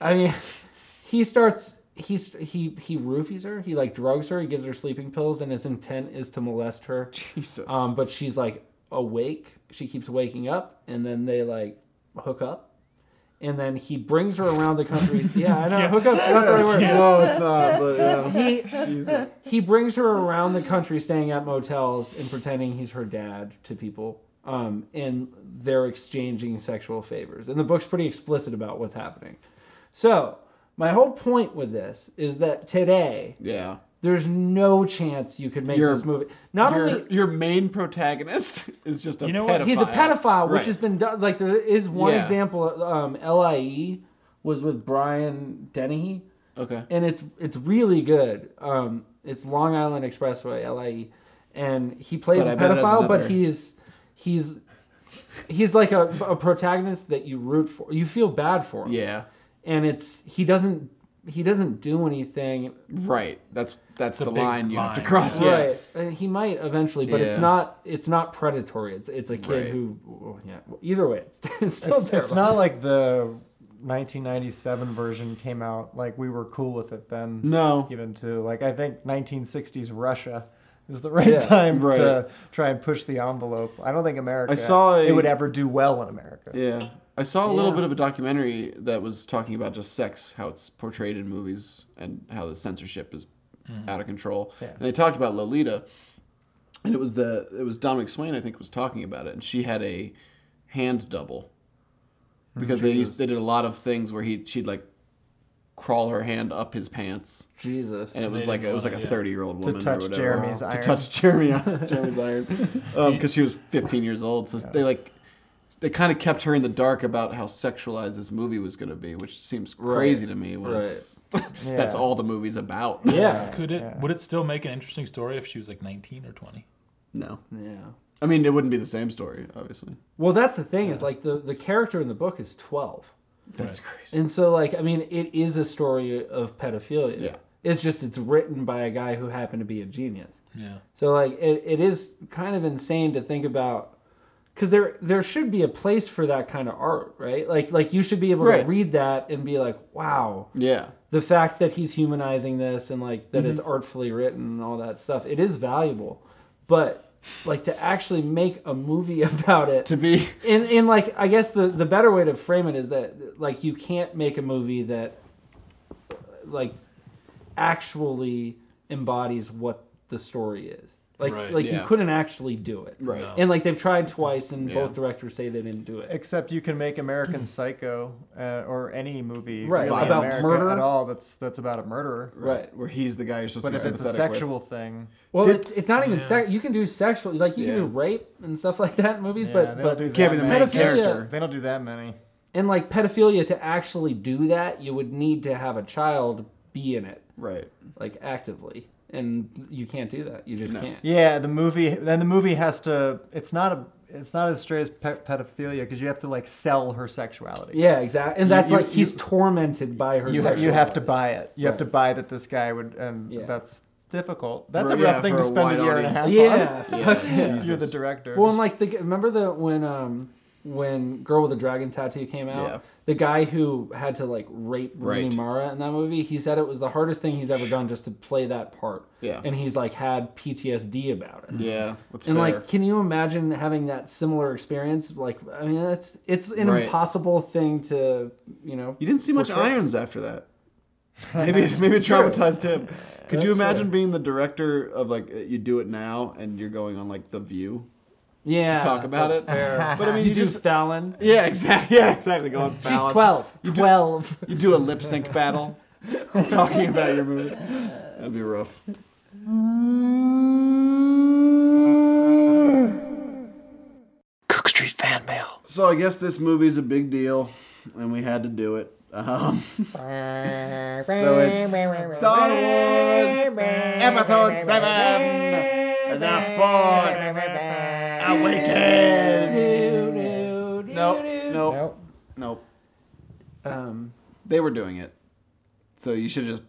Speaker 7: I mean, he starts. He's he he roofies her. He like drugs her. He gives her sleeping pills, and his intent is to molest her.
Speaker 6: Jesus.
Speaker 7: Um, but she's like awake. She keeps waking up, and then they like hook up, and then he brings her around the country. yeah, I know. Hook up's not the right word.
Speaker 9: No, it's not. But yeah,
Speaker 7: He
Speaker 9: Jesus.
Speaker 7: he brings her around the country, staying at motels and pretending he's her dad to people. Um, and they're exchanging sexual favors. And the book's pretty explicit about what's happening. So my whole point with this is that today
Speaker 6: yeah.
Speaker 7: there's no chance you could make
Speaker 6: You're-
Speaker 7: this movie. Not only
Speaker 6: Your, your main protagonist is just a
Speaker 3: You know
Speaker 6: pedophile.
Speaker 3: what?
Speaker 7: he's a pedophile, which
Speaker 6: Right.
Speaker 7: has been done. Like there is one
Speaker 6: Yeah.
Speaker 7: example. Um, Lie was with Brian Dennehy,
Speaker 6: Okay.
Speaker 7: and it's it's really good. Um, it's Long Island Expressway, Lie, and he plays
Speaker 6: But I
Speaker 7: a
Speaker 6: bet it has
Speaker 7: pedophile, but
Speaker 6: another-
Speaker 7: he's he's he's like a, a protagonist that you root for. You feel bad for him,
Speaker 6: Yeah.
Speaker 7: and it's he doesn't he doesn't do anything
Speaker 6: Right. That's that's
Speaker 3: a
Speaker 6: the
Speaker 3: big
Speaker 6: line you have to
Speaker 3: line.
Speaker 6: cross. Yeah.
Speaker 7: Right. And he might eventually, but it's
Speaker 6: Yeah.
Speaker 7: not it's not predatory. It's it's a kid
Speaker 6: Right.
Speaker 7: who oh, yeah. Well, Either way, it's, it's still
Speaker 8: It's,
Speaker 7: terrible.
Speaker 8: it's not like the 1997 version came out. Like we were cool with it then.
Speaker 6: No.
Speaker 8: Even to like I think 1960s Russia is the right
Speaker 7: Yeah.
Speaker 8: time
Speaker 6: Right.
Speaker 8: to try and push the envelope. I don't think America.
Speaker 6: I saw a-
Speaker 8: it would ever do well in America.
Speaker 6: Yeah. I saw a little
Speaker 7: Yeah.
Speaker 6: bit of a documentary that was talking about just sex, how it's portrayed in movies, and how the censorship is out of control.
Speaker 8: Yeah.
Speaker 6: And they talked about Lolita, and it was the it was Dominic Swain I think was talking about it, and she had a hand double because they used, they did a lot of things where he she'd like crawl her hand up his pants,
Speaker 7: Jesus.
Speaker 6: and it was like a, it was like a thirty year old
Speaker 8: To
Speaker 6: woman
Speaker 8: touch
Speaker 6: or whatever.
Speaker 8: Jeremy's iron.
Speaker 6: to touch Jeremy Jeremy's iron because she was 15 years old. So they like they kind of kept her in the dark about how sexualized this movie was going to be, which seems crazy to me. When
Speaker 7: Right.
Speaker 6: it's, that's
Speaker 8: Yeah.
Speaker 6: all the movie's about.
Speaker 7: yeah.
Speaker 3: Could it? Would it still make an interesting story if she was like 19 or 20?
Speaker 6: No,
Speaker 7: Yeah.
Speaker 6: I mean it wouldn't be the same story, obviously.
Speaker 7: Well, that's the thing is like the the character in the book is 12.
Speaker 6: That's crazy.
Speaker 7: And so like I mean, it is a story of pedophilia.
Speaker 6: Yeah.
Speaker 7: It's just it's written by a guy who happened to be a genius.
Speaker 3: Yeah.
Speaker 7: So like it, it is kind of insane to think about because there there should be a place for that kind of art, right? Like like you should be able
Speaker 6: Right.
Speaker 7: to read that and be like, wow,
Speaker 6: Yeah,
Speaker 7: the fact that he's humanizing this and like that
Speaker 6: Mhm.
Speaker 7: it's artfully written and all that stuff, it is valuable. But like to actually make a movie about it
Speaker 6: to be
Speaker 7: and and like I guess the the better way to frame it is that like you can't make a movie that like actually embodies what the story is. Like
Speaker 3: Right,
Speaker 7: like
Speaker 6: yeah.
Speaker 7: you couldn't actually do it.
Speaker 6: right.
Speaker 7: And like they've tried twice and
Speaker 6: Yeah.
Speaker 7: both directors say they didn't do it.
Speaker 8: Except you can make American Psycho uh, or any movie
Speaker 7: Right,
Speaker 8: really
Speaker 6: about
Speaker 8: in America
Speaker 7: murder.
Speaker 8: at all that's that's about a murderer.
Speaker 7: Right.
Speaker 6: Where he's the guy you're supposed
Speaker 8: But
Speaker 6: to
Speaker 8: if
Speaker 6: be
Speaker 8: it's a
Speaker 6: sympathetic with.
Speaker 8: sexual thing,
Speaker 7: Well, it's it's not even sex. You can do sexual like you
Speaker 6: Yeah.
Speaker 7: can do rape and stuff like that in movies,
Speaker 8: yeah,
Speaker 7: but
Speaker 8: they
Speaker 7: but
Speaker 8: don't do
Speaker 6: Can't
Speaker 8: that
Speaker 6: be the
Speaker 8: many.
Speaker 6: main
Speaker 7: Pedophilia.
Speaker 6: character.
Speaker 8: They don't do that many.
Speaker 7: and like pedophilia to actually do that, you would need to have a child be in it
Speaker 6: Right.
Speaker 8: Mm-hmm.
Speaker 7: like actively, and you can't do that. You just can't.
Speaker 8: Yeah, the movie. Then the movie has to. It's not a. It's not as straight as pe- pedophilia because you have to like sell her sexuality.
Speaker 7: Yeah, exactly. And that's
Speaker 8: you-
Speaker 7: like he's tormented by her.
Speaker 8: You ha- you have
Speaker 7: sexuality.
Speaker 8: to buy it. You have to buy that this guy would, and
Speaker 7: Yeah.
Speaker 8: that's difficult. That's
Speaker 6: For-
Speaker 8: a rough
Speaker 6: yeah,
Speaker 8: thing
Speaker 6: for
Speaker 8: to
Speaker 6: a
Speaker 8: spend
Speaker 6: wide
Speaker 8: a year and a half
Speaker 6: audience.
Speaker 7: Yeah.
Speaker 8: on.
Speaker 6: Yeah.
Speaker 8: You're the
Speaker 6: Jesus.
Speaker 8: director.
Speaker 7: Well, and like the remember the when um when Girl with a Dragon Tattoo came out,
Speaker 6: Yeah.
Speaker 7: the guy who had to like rape Rooney
Speaker 6: Right.
Speaker 7: Mara in that movie, he said it was the hardest thing he's ever done just to play that part.
Speaker 6: Yeah.
Speaker 7: And he's like had PTSD about it.
Speaker 6: Yeah, that's
Speaker 7: And
Speaker 6: fair.
Speaker 7: like, can you imagine having that similar experience? Like, I mean, that's it's an
Speaker 6: Right.
Speaker 7: impossible thing to, you know.
Speaker 6: you didn't see much
Speaker 7: portray.
Speaker 6: irons after that. Maybe it- maybe it traumatized him. Could you imagine being the director of like uh, you do it now and you're going on like The View
Speaker 7: Yeah,
Speaker 6: to talk about
Speaker 7: that's
Speaker 6: it?
Speaker 7: Fair.
Speaker 6: But I mean,
Speaker 7: you
Speaker 6: you
Speaker 7: do
Speaker 6: just
Speaker 7: Fallon.
Speaker 6: yeah, exactly, yeah, exactly. Go on,
Speaker 7: She's
Speaker 6: Fallon.
Speaker 7: twelve. Twelve.
Speaker 6: You do a lip sync battle talking about your movie. That'd be rough.
Speaker 8: Cook Street fan mail.
Speaker 6: So I guess this movie's a big deal, and we had to do it. Um, so it's Star Wars Episode
Speaker 8: Um,
Speaker 6: Seven: The Force Awakens. Nope, nope,
Speaker 8: Nope.
Speaker 6: nope.
Speaker 7: Um,
Speaker 6: They were doing it, so you should have just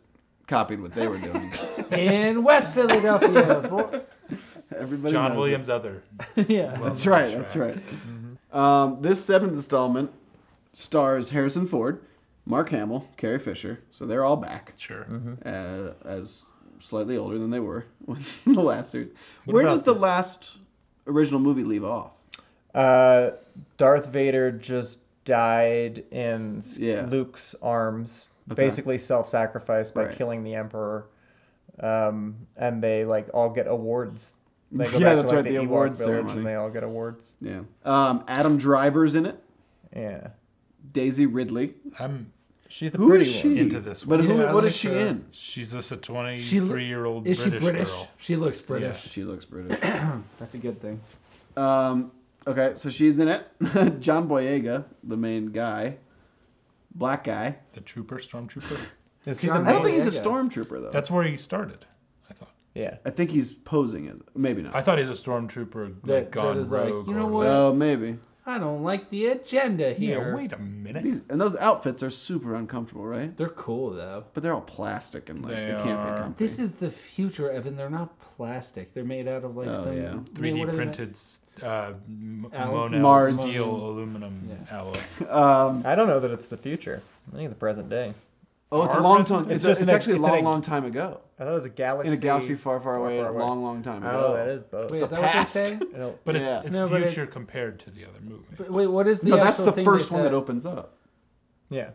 Speaker 6: copied what they were doing.
Speaker 7: in West Philadelphia. bo-
Speaker 6: Everybody knows
Speaker 3: John
Speaker 6: it.
Speaker 3: Williams other.
Speaker 7: yeah.
Speaker 6: That's right. That's right.
Speaker 3: Mm-hmm.
Speaker 6: Um, this seventh installment stars Harrison Ford, Mark Hamill, Carrie Fisher. So they're all back
Speaker 3: Sure.
Speaker 6: uh, as slightly older than they were when the last series. Where
Speaker 3: about
Speaker 6: does the
Speaker 3: this?
Speaker 6: last original movie leave off?
Speaker 8: Uh, Darth Vader just died in S-
Speaker 6: Yeah.
Speaker 8: Luke's arms, basically self-sacrificed by
Speaker 6: Right.
Speaker 8: killing the Emperor. Um, and they like all get awards. They go
Speaker 6: Yeah,
Speaker 8: back to,
Speaker 6: that's
Speaker 8: like,
Speaker 6: right,
Speaker 8: The,
Speaker 6: the
Speaker 8: Ewok
Speaker 6: awards
Speaker 8: village
Speaker 6: ceremony.
Speaker 8: and they all get awards.
Speaker 6: Yeah. Um, Adam Driver's in it.
Speaker 8: Yeah,
Speaker 6: Daisy Ridley.
Speaker 3: I'm
Speaker 8: she's the
Speaker 6: Who
Speaker 8: pretty
Speaker 6: is she?
Speaker 8: one.
Speaker 3: Into this
Speaker 6: But
Speaker 3: one.
Speaker 6: who?
Speaker 7: Yeah, I
Speaker 6: what
Speaker 7: like
Speaker 6: is she
Speaker 7: her.
Speaker 6: in?
Speaker 3: she's just a 23
Speaker 7: She lo-
Speaker 3: year old
Speaker 7: Is
Speaker 3: British,
Speaker 7: she British?
Speaker 3: girl.
Speaker 7: She looks
Speaker 3: Yeah.
Speaker 7: British.
Speaker 6: She looks British.
Speaker 7: That's a good thing.
Speaker 6: Um, okay, so she's in it. John Boyega, the main guy, black guy.
Speaker 3: The trooper, stormtrooper.
Speaker 8: Is she
Speaker 7: John
Speaker 8: the
Speaker 6: I don't
Speaker 8: main?
Speaker 6: think he's a
Speaker 7: Boyega.
Speaker 6: stormtrooper though.
Speaker 3: That's where he started. I thought.
Speaker 8: Yeah,
Speaker 6: I think he's posing as maybe
Speaker 3: I
Speaker 6: not.
Speaker 3: thought he was a stormtrooper like,
Speaker 7: That- that
Speaker 3: gone
Speaker 7: is like,
Speaker 3: rogue.
Speaker 7: you
Speaker 3: or
Speaker 7: know what?
Speaker 6: Oh, maybe.
Speaker 7: I don't like the agenda here.
Speaker 3: Yeah. Wait a minute.
Speaker 6: These, and those outfits are super uncomfortable, right?
Speaker 7: They're cool though.
Speaker 6: But they're all plastic and like they,
Speaker 3: They
Speaker 6: can't
Speaker 3: are.
Speaker 6: be comfy.
Speaker 7: This is the future, Evan. They're not plastic. They're made out of like
Speaker 6: Oh,
Speaker 7: some
Speaker 6: yeah.
Speaker 7: I mean,
Speaker 3: 3D
Speaker 7: what are they made-
Speaker 3: printed s- uh, m-
Speaker 7: Al-
Speaker 3: Monel
Speaker 6: Mars.
Speaker 3: steel aluminum alloy.
Speaker 8: I don't know that it's the future. I think the present day.
Speaker 6: oh, it's a
Speaker 3: Our
Speaker 6: long
Speaker 3: present-
Speaker 6: time. It's,
Speaker 8: It's
Speaker 6: a-
Speaker 8: just
Speaker 6: it's
Speaker 8: an-
Speaker 6: actually
Speaker 8: it's
Speaker 6: a
Speaker 8: an
Speaker 6: long,
Speaker 8: eg-
Speaker 6: long time ago.
Speaker 8: I thought it was a galaxy
Speaker 6: In a galaxy far, far away, a long, long time ago.
Speaker 8: Oh, that is both.
Speaker 7: Wait,
Speaker 8: The
Speaker 7: is that what
Speaker 8: past.
Speaker 7: they say?
Speaker 8: I don't-
Speaker 3: But it's,
Speaker 6: Yeah.
Speaker 3: it's
Speaker 7: No, but it-
Speaker 3: future compared to the other movie.
Speaker 7: But Wait, what is the?
Speaker 6: No, that's
Speaker 7: actual
Speaker 6: the
Speaker 7: thing
Speaker 6: first
Speaker 7: they
Speaker 6: one that
Speaker 7: said?
Speaker 6: opens up.
Speaker 8: Yeah.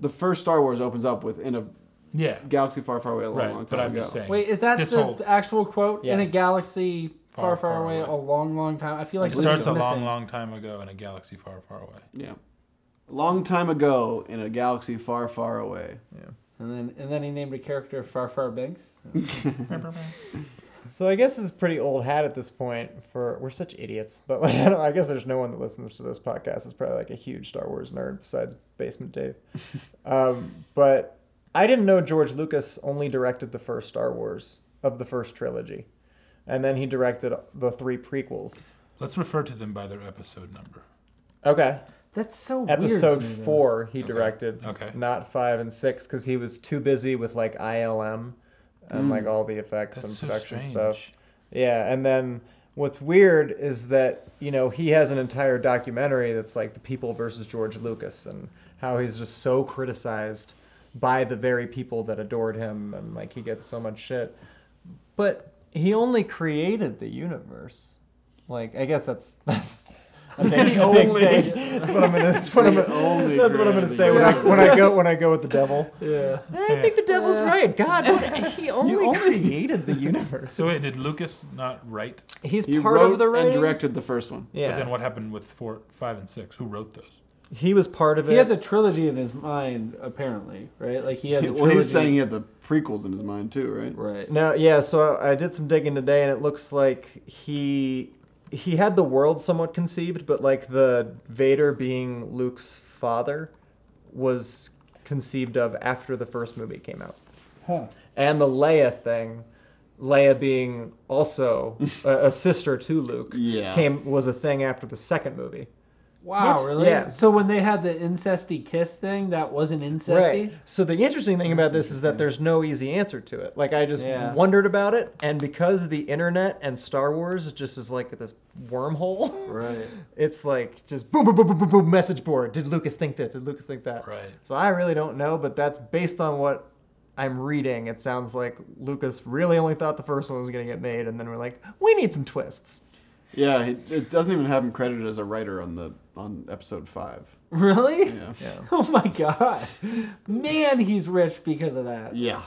Speaker 6: The first Star Wars opens up with in a
Speaker 3: yeah.
Speaker 6: galaxy far, far away, a long,
Speaker 3: Right.
Speaker 6: long time
Speaker 3: but I'm
Speaker 6: ago.
Speaker 3: just saying.
Speaker 7: Wait, is that
Speaker 3: this
Speaker 7: the
Speaker 3: whole-
Speaker 7: actual quote? In
Speaker 8: Yeah.
Speaker 7: a galaxy far,
Speaker 3: Far,
Speaker 7: far,
Speaker 3: far
Speaker 7: away,
Speaker 3: away.
Speaker 7: a long, long time. I feel like
Speaker 6: It
Speaker 3: It
Speaker 7: something's
Speaker 3: starts a
Speaker 7: missing.
Speaker 3: long, long time ago in a galaxy far, far away.
Speaker 6: Yeah. Long time ago in a galaxy far, far away.
Speaker 7: And then, and then he named a character Far, Far Banks.
Speaker 8: So I guess it's pretty old hat at this point. For we're such idiots, but like, I, don't, I guess there's no one that listens to this podcast. It's probably like a huge Star Wars nerd besides Basement Dave. um, but I didn't know George Lucas only directed the first Star Wars of the first trilogy, and then he directed the three prequels.
Speaker 3: Let's refer to them by their episode number.
Speaker 8: Okay,
Speaker 7: That's so
Speaker 8: episode
Speaker 7: weird.
Speaker 8: four he directed,
Speaker 3: Okay.
Speaker 8: not five and six, because he was too busy with like ILM and
Speaker 7: Mm.
Speaker 8: like all the effects
Speaker 3: That's
Speaker 8: and
Speaker 3: so
Speaker 8: production
Speaker 3: strange.
Speaker 8: stuff. Yeah, and then what's weird is that you know he has an entire documentary that's like the people versus George Lucas and how he's just so criticized by the very people that adored him and like he gets so much shit. But he only created the universe. Like I guess that's that's a big, a big thing. That's what I'm gonna. That's what I'm gonna.
Speaker 6: Only
Speaker 8: That's what I'm gonna say when I when I go when I go with the devil.
Speaker 7: Yeah.
Speaker 8: I think the devil's right. God, he only, created the universe.
Speaker 3: So wait, did Lucas not write?
Speaker 8: He's
Speaker 6: He
Speaker 8: part
Speaker 6: wrote
Speaker 8: of the writing.
Speaker 6: and directed the first one.
Speaker 3: But
Speaker 8: Yeah,
Speaker 3: then what happened with four, five, and six? Who wrote those?
Speaker 8: he was part of it.
Speaker 7: He had the trilogy in his mind, apparently, right? Like he had the
Speaker 6: well,
Speaker 7: trilogy.
Speaker 6: he's saying he had the prequels in his mind too, right?
Speaker 7: right.
Speaker 8: No, yeah. So I did some digging today, and it looks like he he had the world somewhat conceived, but like the Vader being Luke's father was conceived of after the first movie came out, and the Leia thing, Leia being also a, a sister to Luke,
Speaker 6: Yeah.
Speaker 8: came was a thing after the second movie.
Speaker 7: Wow,
Speaker 8: What's-
Speaker 7: really?
Speaker 8: yeah.
Speaker 7: So when they had the incesty kiss thing, that wasn't incesty.
Speaker 8: Right. So the interesting thing about this is that there's no easy answer to it. Like I just
Speaker 7: Yeah.
Speaker 8: wondered about it, and because the internet and Star Wars just is like this wormhole,
Speaker 7: Right.
Speaker 8: it's like just boom, boom, boom, boom, boom, boom, message board. Did Lucas think that? Did Lucas think that?
Speaker 3: Right.
Speaker 8: So I really don't know, but that's based on what I'm reading. It sounds like Lucas really only thought the first one was going to get made, and then we're like, we need some twists.
Speaker 6: Yeah, he, it doesn't even have him credited as a writer on the on episode five.
Speaker 7: Really?
Speaker 6: Yeah,
Speaker 8: Yeah.
Speaker 7: Oh my god, man, he's rich because of that.
Speaker 6: yeah,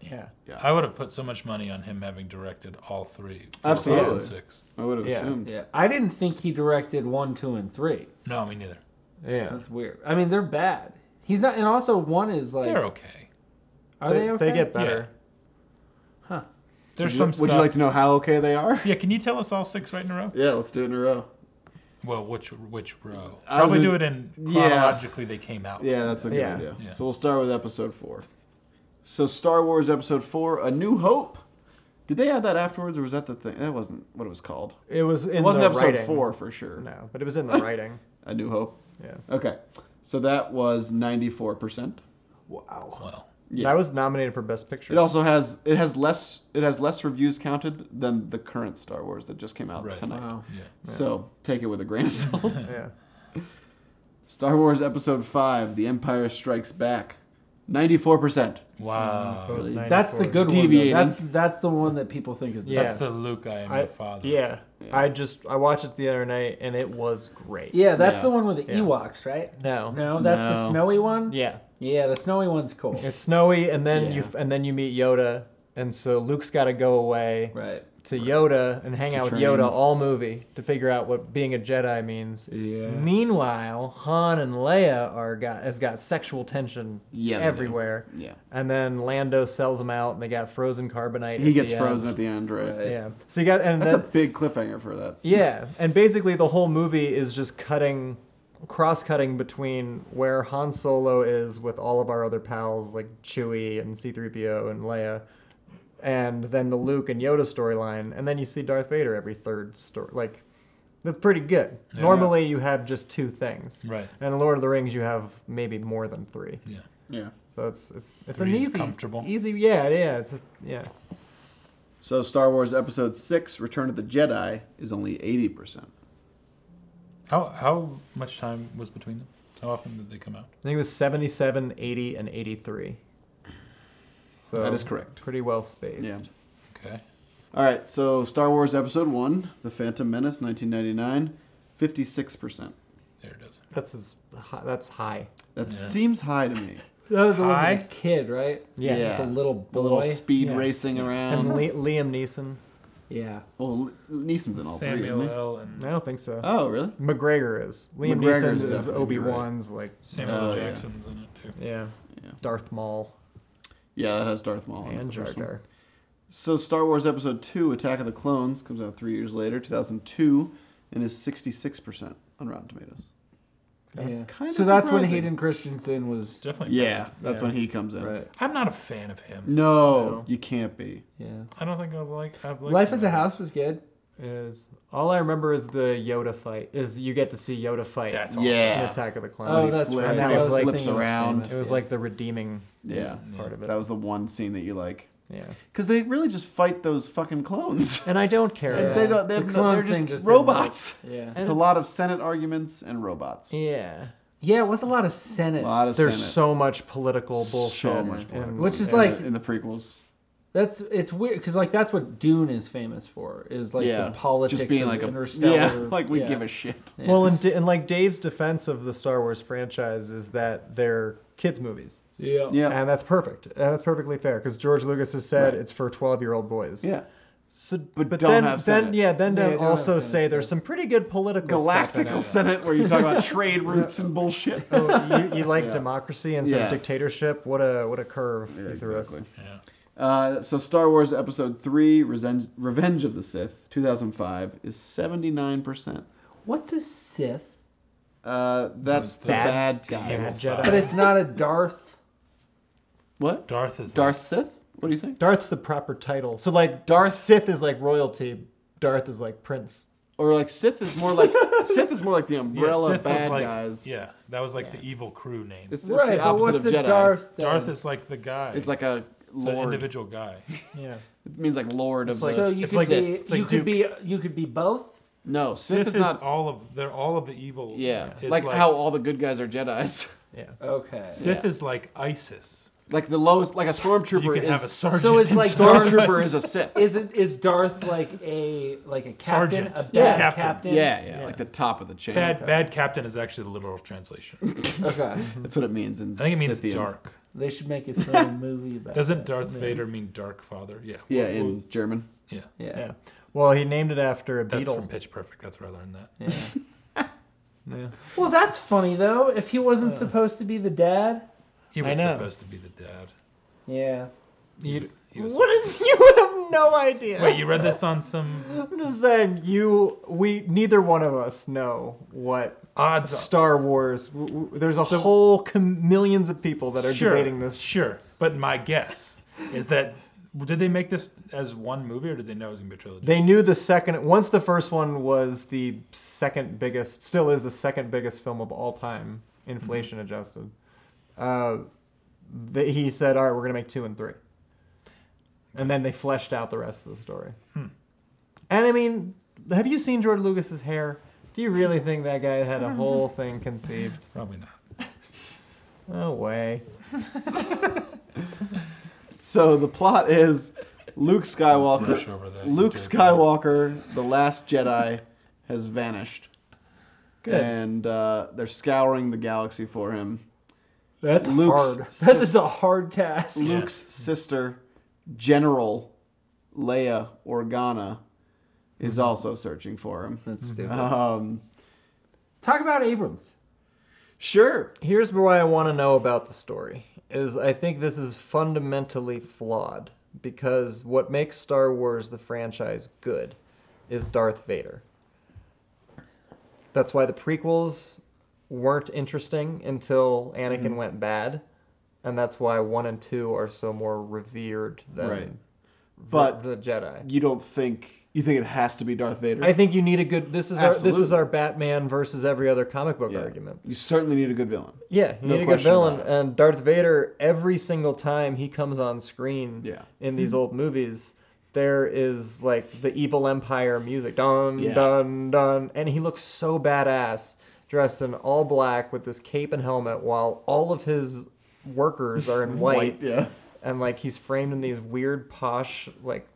Speaker 8: Yeah.
Speaker 3: I would have put so much money on him having directed all three. four,
Speaker 6: Absolutely.
Speaker 3: five, and six.
Speaker 6: I would have
Speaker 8: Yeah.
Speaker 6: assumed.
Speaker 7: Yeah, I didn't think he directed one, two, and three.
Speaker 3: No, me neither.
Speaker 8: Yeah.
Speaker 7: That's weird. I mean, they're bad. He's not, and also one is like,
Speaker 3: They're okay.
Speaker 7: are they, okay?
Speaker 8: They get better.
Speaker 3: There's
Speaker 6: Would,
Speaker 3: some
Speaker 6: you,
Speaker 3: stuff.
Speaker 6: would you like to know how okay they are?
Speaker 3: Yeah, can you tell us all six right in a row?
Speaker 6: Yeah, let's do it in a row.
Speaker 3: Well, which which row?
Speaker 6: I
Speaker 3: Probably
Speaker 6: would-
Speaker 3: do it in
Speaker 6: Yeah.
Speaker 3: chronologically they came out.
Speaker 6: Yeah, that's a good
Speaker 8: Yeah.
Speaker 6: idea.
Speaker 3: Yeah.
Speaker 6: So we'll start with episode four. So Star Wars Episode Four: A New Hope. Did they add that afterwards, or was that the thing? That wasn't what it was called.
Speaker 8: It was in
Speaker 6: It wasn't
Speaker 8: the
Speaker 6: episode
Speaker 8: writing.
Speaker 6: four for sure.
Speaker 8: No, but it was in the writing.
Speaker 6: A New Hope.
Speaker 8: Yeah.
Speaker 6: Okay, so that was ninety-four percent.
Speaker 7: Wow.
Speaker 3: Well,
Speaker 6: Yeah.
Speaker 8: That was nominated for Best Picture.
Speaker 6: It also has it has less it has less reviews counted than the current Star Wars that just came out
Speaker 3: Right.
Speaker 6: tonight.
Speaker 3: yeah.
Speaker 6: So take it with a grain of salt.
Speaker 8: yeah.
Speaker 6: Star Wars Episode Five: The Empire Strikes Back, ninety-four percent. Mm-hmm.
Speaker 3: Wow.
Speaker 8: Both
Speaker 7: That's the
Speaker 8: 94.
Speaker 7: good
Speaker 6: Deviating.
Speaker 7: one. though. That's that's the one that people think is the
Speaker 8: Yeah.
Speaker 3: That's the Luke I am
Speaker 8: I-
Speaker 3: your father.
Speaker 8: Yeah. I just I watched it the other night and it was great.
Speaker 7: Yeah, that's
Speaker 6: Yeah.
Speaker 7: the one with the
Speaker 8: Yeah.
Speaker 7: Ewoks, right?
Speaker 8: No.
Speaker 7: No, that's the
Speaker 6: No.
Speaker 7: snowy one.
Speaker 8: Yeah.
Speaker 7: Yeah, the snowy one's cool.
Speaker 8: It's snowy and then you
Speaker 6: Yeah.
Speaker 8: and then you meet Yoda and so Luke's got to go away
Speaker 7: Right.
Speaker 8: to Yoda and hang out with
Speaker 6: train.
Speaker 8: Yoda all movie to figure out what being a Jedi means.
Speaker 7: Yeah.
Speaker 8: Meanwhile, Han and Leia are got has got sexual tension
Speaker 6: Yeah, they do.
Speaker 8: everywhere.
Speaker 6: Yeah.
Speaker 8: And then Lando sells them out and they got frozen carbonite.
Speaker 6: He
Speaker 8: at
Speaker 6: gets
Speaker 8: the
Speaker 6: frozen
Speaker 8: end.
Speaker 6: at the end, right?
Speaker 7: Right.
Speaker 8: Yeah. So you got and
Speaker 6: That's a
Speaker 8: then-
Speaker 6: big cliffhanger for that.
Speaker 8: Yeah, and basically the whole movie is just cutting, cross cutting between where Han Solo is with all of our other pals like Chewie and C3PO and Leia, and then the Luke and Yoda storyline, and then you see Darth Vader every third story. Like, that's pretty good. Normally you have just two things.
Speaker 3: Right.
Speaker 8: And in Lord of the Rings you have maybe more than three.
Speaker 3: Yeah.
Speaker 6: Yeah.
Speaker 8: So it's it's it's an
Speaker 3: Three's
Speaker 8: easy,
Speaker 3: comfortable.
Speaker 8: easy. Yeah, yeah. It's a, yeah.
Speaker 6: So Star Wars Episode Six: Return of the Jedi is only eighty percent.
Speaker 3: How how much time was between them? How often did they come out?
Speaker 8: I think it was 77, 80, and 83. So
Speaker 6: That is correct.
Speaker 8: Pretty well spaced.
Speaker 6: Yeah.
Speaker 3: Okay.
Speaker 6: All right. So Star Wars Episode One: The Phantom Menace, nineteen ninety-nine, fifty-six percent.
Speaker 3: There it is.
Speaker 8: That's as hi- that's high.
Speaker 6: That seems high to me.
Speaker 7: That was the one
Speaker 3: Hi.
Speaker 7: with the kid, right?
Speaker 8: Yeah.
Speaker 7: Just a little boy.
Speaker 6: The little speed
Speaker 8: Yeah.
Speaker 6: racing around.
Speaker 8: And Le- Liam Neeson.
Speaker 7: yeah.
Speaker 6: Well, L- Neeson's in all three,
Speaker 3: Samuel
Speaker 6: isn't he?
Speaker 3: L. and
Speaker 8: I don't think so.
Speaker 6: Oh, really?
Speaker 8: McGregor is. Liam
Speaker 6: McGregor's
Speaker 8: Neeson is
Speaker 6: definitely
Speaker 8: Obi Wan's like
Speaker 3: Samuel
Speaker 6: Oh,
Speaker 3: L.
Speaker 6: yeah.
Speaker 3: Jackson's in it too.
Speaker 8: yeah,
Speaker 6: Yeah.
Speaker 8: Darth Maul
Speaker 6: Yeah, that has Darth Maul. in it,
Speaker 8: and
Speaker 6: the
Speaker 8: Jar
Speaker 6: first one.
Speaker 8: Jar.
Speaker 6: So Star Wars Episode Two: Attack of the Clones comes out three years later, two thousand two, and is sixty-six percent on Rotten Tomatoes.
Speaker 7: Yeah.
Speaker 6: Kinda
Speaker 7: so that's when
Speaker 6: surprising.
Speaker 7: Hayden Christensen was.
Speaker 3: Definitely.
Speaker 6: Yeah, that's when he comes in.
Speaker 7: Right.
Speaker 3: I'm not a fan of him.
Speaker 6: No, you can't be.
Speaker 7: Yeah.
Speaker 3: I don't think I like. I've liked
Speaker 7: Life
Speaker 3: him
Speaker 7: as a
Speaker 3: ever.
Speaker 7: House was good.
Speaker 8: Is all I remember is the Yoda fight. Is you get to see Yoda fight.
Speaker 3: That's
Speaker 8: in
Speaker 6: Yeah.
Speaker 8: Attack of the
Speaker 7: Oh,
Speaker 8: Clowns.
Speaker 7: that's
Speaker 6: flipped-
Speaker 7: right.
Speaker 8: and that
Speaker 7: That
Speaker 8: was
Speaker 7: the
Speaker 8: like-
Speaker 7: thing
Speaker 6: flips
Speaker 7: that was
Speaker 6: around.
Speaker 7: famous,
Speaker 8: it was
Speaker 7: yeah.
Speaker 8: like the redeeming
Speaker 6: Yeah.
Speaker 8: part of it.
Speaker 6: That was the one scene that you like.
Speaker 8: yeah.
Speaker 6: Because they really just fight those fucking clones.
Speaker 8: And I don't care.
Speaker 7: Yeah.
Speaker 6: they don't. They
Speaker 7: uh, The
Speaker 6: have no, oh, they're
Speaker 7: clones thing
Speaker 6: just,
Speaker 7: just didn't
Speaker 6: robots.
Speaker 7: Yeah.
Speaker 6: It's a lot of Senate arguments and robots.
Speaker 8: Yeah.
Speaker 7: Yeah, it was a lot of Senate.
Speaker 6: A lot of
Speaker 8: There's
Speaker 6: Senate.
Speaker 8: so much political bullshit.
Speaker 6: So much
Speaker 8: and-
Speaker 6: political
Speaker 7: Which is
Speaker 6: in
Speaker 7: like-
Speaker 6: the, in the prequels.
Speaker 7: That's it's weird because like that's what Dune is famous for is like
Speaker 6: yeah,
Speaker 7: the politics
Speaker 6: just being
Speaker 7: of
Speaker 6: like a
Speaker 7: interstellar.
Speaker 6: yeah, like we
Speaker 7: yeah.
Speaker 6: give a shit.
Speaker 8: Well, and, D- and like Dave's defense of the Star Wars franchise is that they're kids movies,
Speaker 7: yeah.
Speaker 6: Yeah,
Speaker 8: and that's perfect. And that's perfectly fair because George Lucas has said
Speaker 6: Right.
Speaker 8: it's for twelve-year-old boys.
Speaker 6: yeah.
Speaker 8: So, but,
Speaker 6: don't
Speaker 8: then,
Speaker 6: have
Speaker 8: then
Speaker 6: Senate.
Speaker 8: yeah, then
Speaker 7: Yeah,
Speaker 8: to
Speaker 7: don't have
Speaker 8: also
Speaker 7: Senate,
Speaker 8: say there's some pretty good political stuff in it.
Speaker 6: Galactical Senate, where you talk about trade routes and bullshit.
Speaker 8: Oh, you, you like democracy instead of
Speaker 6: Yeah.
Speaker 8: dictatorship? What a what a curve
Speaker 6: Yeah,
Speaker 8: you threw us.
Speaker 6: exactly.
Speaker 3: Yeah.
Speaker 6: Uh, so Star Wars Episode Three: Revenge, Revenge of the Sith, 2005, is 79 percent.
Speaker 7: What's a Sith?
Speaker 6: Uh, that's the bad, guy.
Speaker 8: Yeah, Jedi.
Speaker 7: But it's not a Darth.
Speaker 6: What?
Speaker 3: Darth is
Speaker 6: Darth Sith? What do you think?
Speaker 8: Darth's the proper title. So like Darth Sith is like royalty. Darth is like prince.
Speaker 6: Or like Sith is more like Sith is more like the um, umbrella
Speaker 3: Sith was
Speaker 6: bad
Speaker 3: like-
Speaker 6: guys.
Speaker 3: Yeah, that was like the evil crew name.
Speaker 6: It's, it's
Speaker 7: right,
Speaker 6: the
Speaker 7: but
Speaker 6: opposite of
Speaker 7: what's a
Speaker 6: Jedi.
Speaker 7: Darth? Then?
Speaker 3: Darth is like the guy.
Speaker 6: It's like a
Speaker 3: It's an
Speaker 6: lord.
Speaker 3: individual guy.
Speaker 8: Yeah.
Speaker 6: It means like lord of
Speaker 7: so
Speaker 6: the.
Speaker 7: you
Speaker 3: it's
Speaker 7: could
Speaker 3: like-
Speaker 7: be
Speaker 3: it's like
Speaker 7: you could be you could be both.
Speaker 6: No, Sith,
Speaker 3: Sith
Speaker 6: is
Speaker 3: is
Speaker 6: not.
Speaker 3: all of they're all of the evil.
Speaker 6: yeah,
Speaker 3: It's Oh,
Speaker 6: like, how all the good guys are Jedi's.
Speaker 8: Oh,
Speaker 7: Okay.
Speaker 3: Sith
Speaker 6: yeah.
Speaker 3: is like ISIS.
Speaker 6: Like the lowest, like a
Speaker 3: You
Speaker 6: stormtrooper
Speaker 3: can
Speaker 6: is.
Speaker 3: have a sergeant.
Speaker 7: So it's like Darth
Speaker 6: stormtrooper is a Sith.
Speaker 7: is it is Darth like a like a captain,
Speaker 3: Sergeant.
Speaker 7: a bad
Speaker 3: Yeah.
Speaker 7: captain.
Speaker 3: Captain.
Speaker 6: yeah, yeah, like the top of the chain.
Speaker 3: bad. Bad captain is actually the literal translation. I
Speaker 7: Okay.
Speaker 6: That's what it means. In
Speaker 3: think it means
Speaker 6: Scythian.
Speaker 3: dark.
Speaker 7: They should make a film movie about.
Speaker 3: Doesn't
Speaker 7: it.
Speaker 3: Darth Vader mean dark father? Yeah.
Speaker 6: Yeah,
Speaker 3: Well, well,
Speaker 6: in German.
Speaker 3: yeah.
Speaker 7: Yeah.
Speaker 8: Yeah. Well, he named it after a
Speaker 3: That's
Speaker 8: beetle.
Speaker 3: from Pitch Perfect. That's where I learned that.
Speaker 7: yeah. Well, that's funny though. If he
Speaker 3: Uh.
Speaker 7: wasn't supposed to be the dad.
Speaker 3: He was
Speaker 8: know.
Speaker 3: supposed to be the dad.
Speaker 7: Yeah.
Speaker 3: He was, he was
Speaker 8: What is? You have no idea.
Speaker 3: Wait, you read this on some
Speaker 8: I'm just saying, you, we, neither one of us know what
Speaker 3: odds?
Speaker 8: Star Wars. W- w- there's a whole com- millions of people that are
Speaker 3: sure,
Speaker 8: debating this.
Speaker 3: Sure, but my guess is that did they make this as one movie or did they know it was gonna be a trilogy?
Speaker 8: They knew the second. Once the first one was the second biggest, still is the second biggest film of all time, inflation
Speaker 7: Mm-hmm.
Speaker 8: adjusted. Uh, they, he said, "All right, we're gonna make two and three. and then they fleshed out the rest of the story.
Speaker 7: Hmm.
Speaker 8: And I mean, have you seen George Lucas's hair? Do you really think that guy had a whole thing conceived?
Speaker 3: Probably not.
Speaker 8: No way.
Speaker 6: So the plot is Luke Skywalker.
Speaker 3: Brush over that.
Speaker 6: Luke
Speaker 3: Dirty.
Speaker 6: Skywalker, the last Jedi, has vanished. And uh, they're scouring the galaxy for him.
Speaker 7: That's
Speaker 6: Luke's-
Speaker 7: hard. That is a hard task.
Speaker 6: Luke's sister, General Leia Organa, is also searching for him.
Speaker 7: That's stupid.
Speaker 6: Um,
Speaker 7: Talk about Abrams.
Speaker 6: sure.
Speaker 8: Here's what I want to know about the story is I think this is fundamentally flawed because what makes Star Wars the franchise good is Darth Vader. That's why the prequels weren't interesting until Anakin
Speaker 6: Mm-hmm.
Speaker 8: went bad, and that's why 1 and 2 are so more revered than
Speaker 6: Right.
Speaker 8: the-
Speaker 6: But-
Speaker 8: the Jedi.
Speaker 6: You don't think you think it has to be Darth Vader?
Speaker 8: I think you need a good this is our, this is
Speaker 6: Absolutely.
Speaker 8: our Batman versus every other comic book
Speaker 6: Yeah.
Speaker 8: argument.
Speaker 6: You certainly need a good villain.
Speaker 8: Yeah, you
Speaker 6: No
Speaker 8: need a good
Speaker 6: question
Speaker 8: villain.
Speaker 6: about it.
Speaker 8: And Darth Vader, every single time he comes on screen
Speaker 6: Yeah.
Speaker 8: in these old movies, there is like the evil empire music. Dun,
Speaker 6: Yeah.
Speaker 8: dun, dun. And he looks so badass, dressed in all black with this cape and helmet, while all of his workers are in white.
Speaker 6: Yeah.
Speaker 8: And like he's framed in these weird posh, like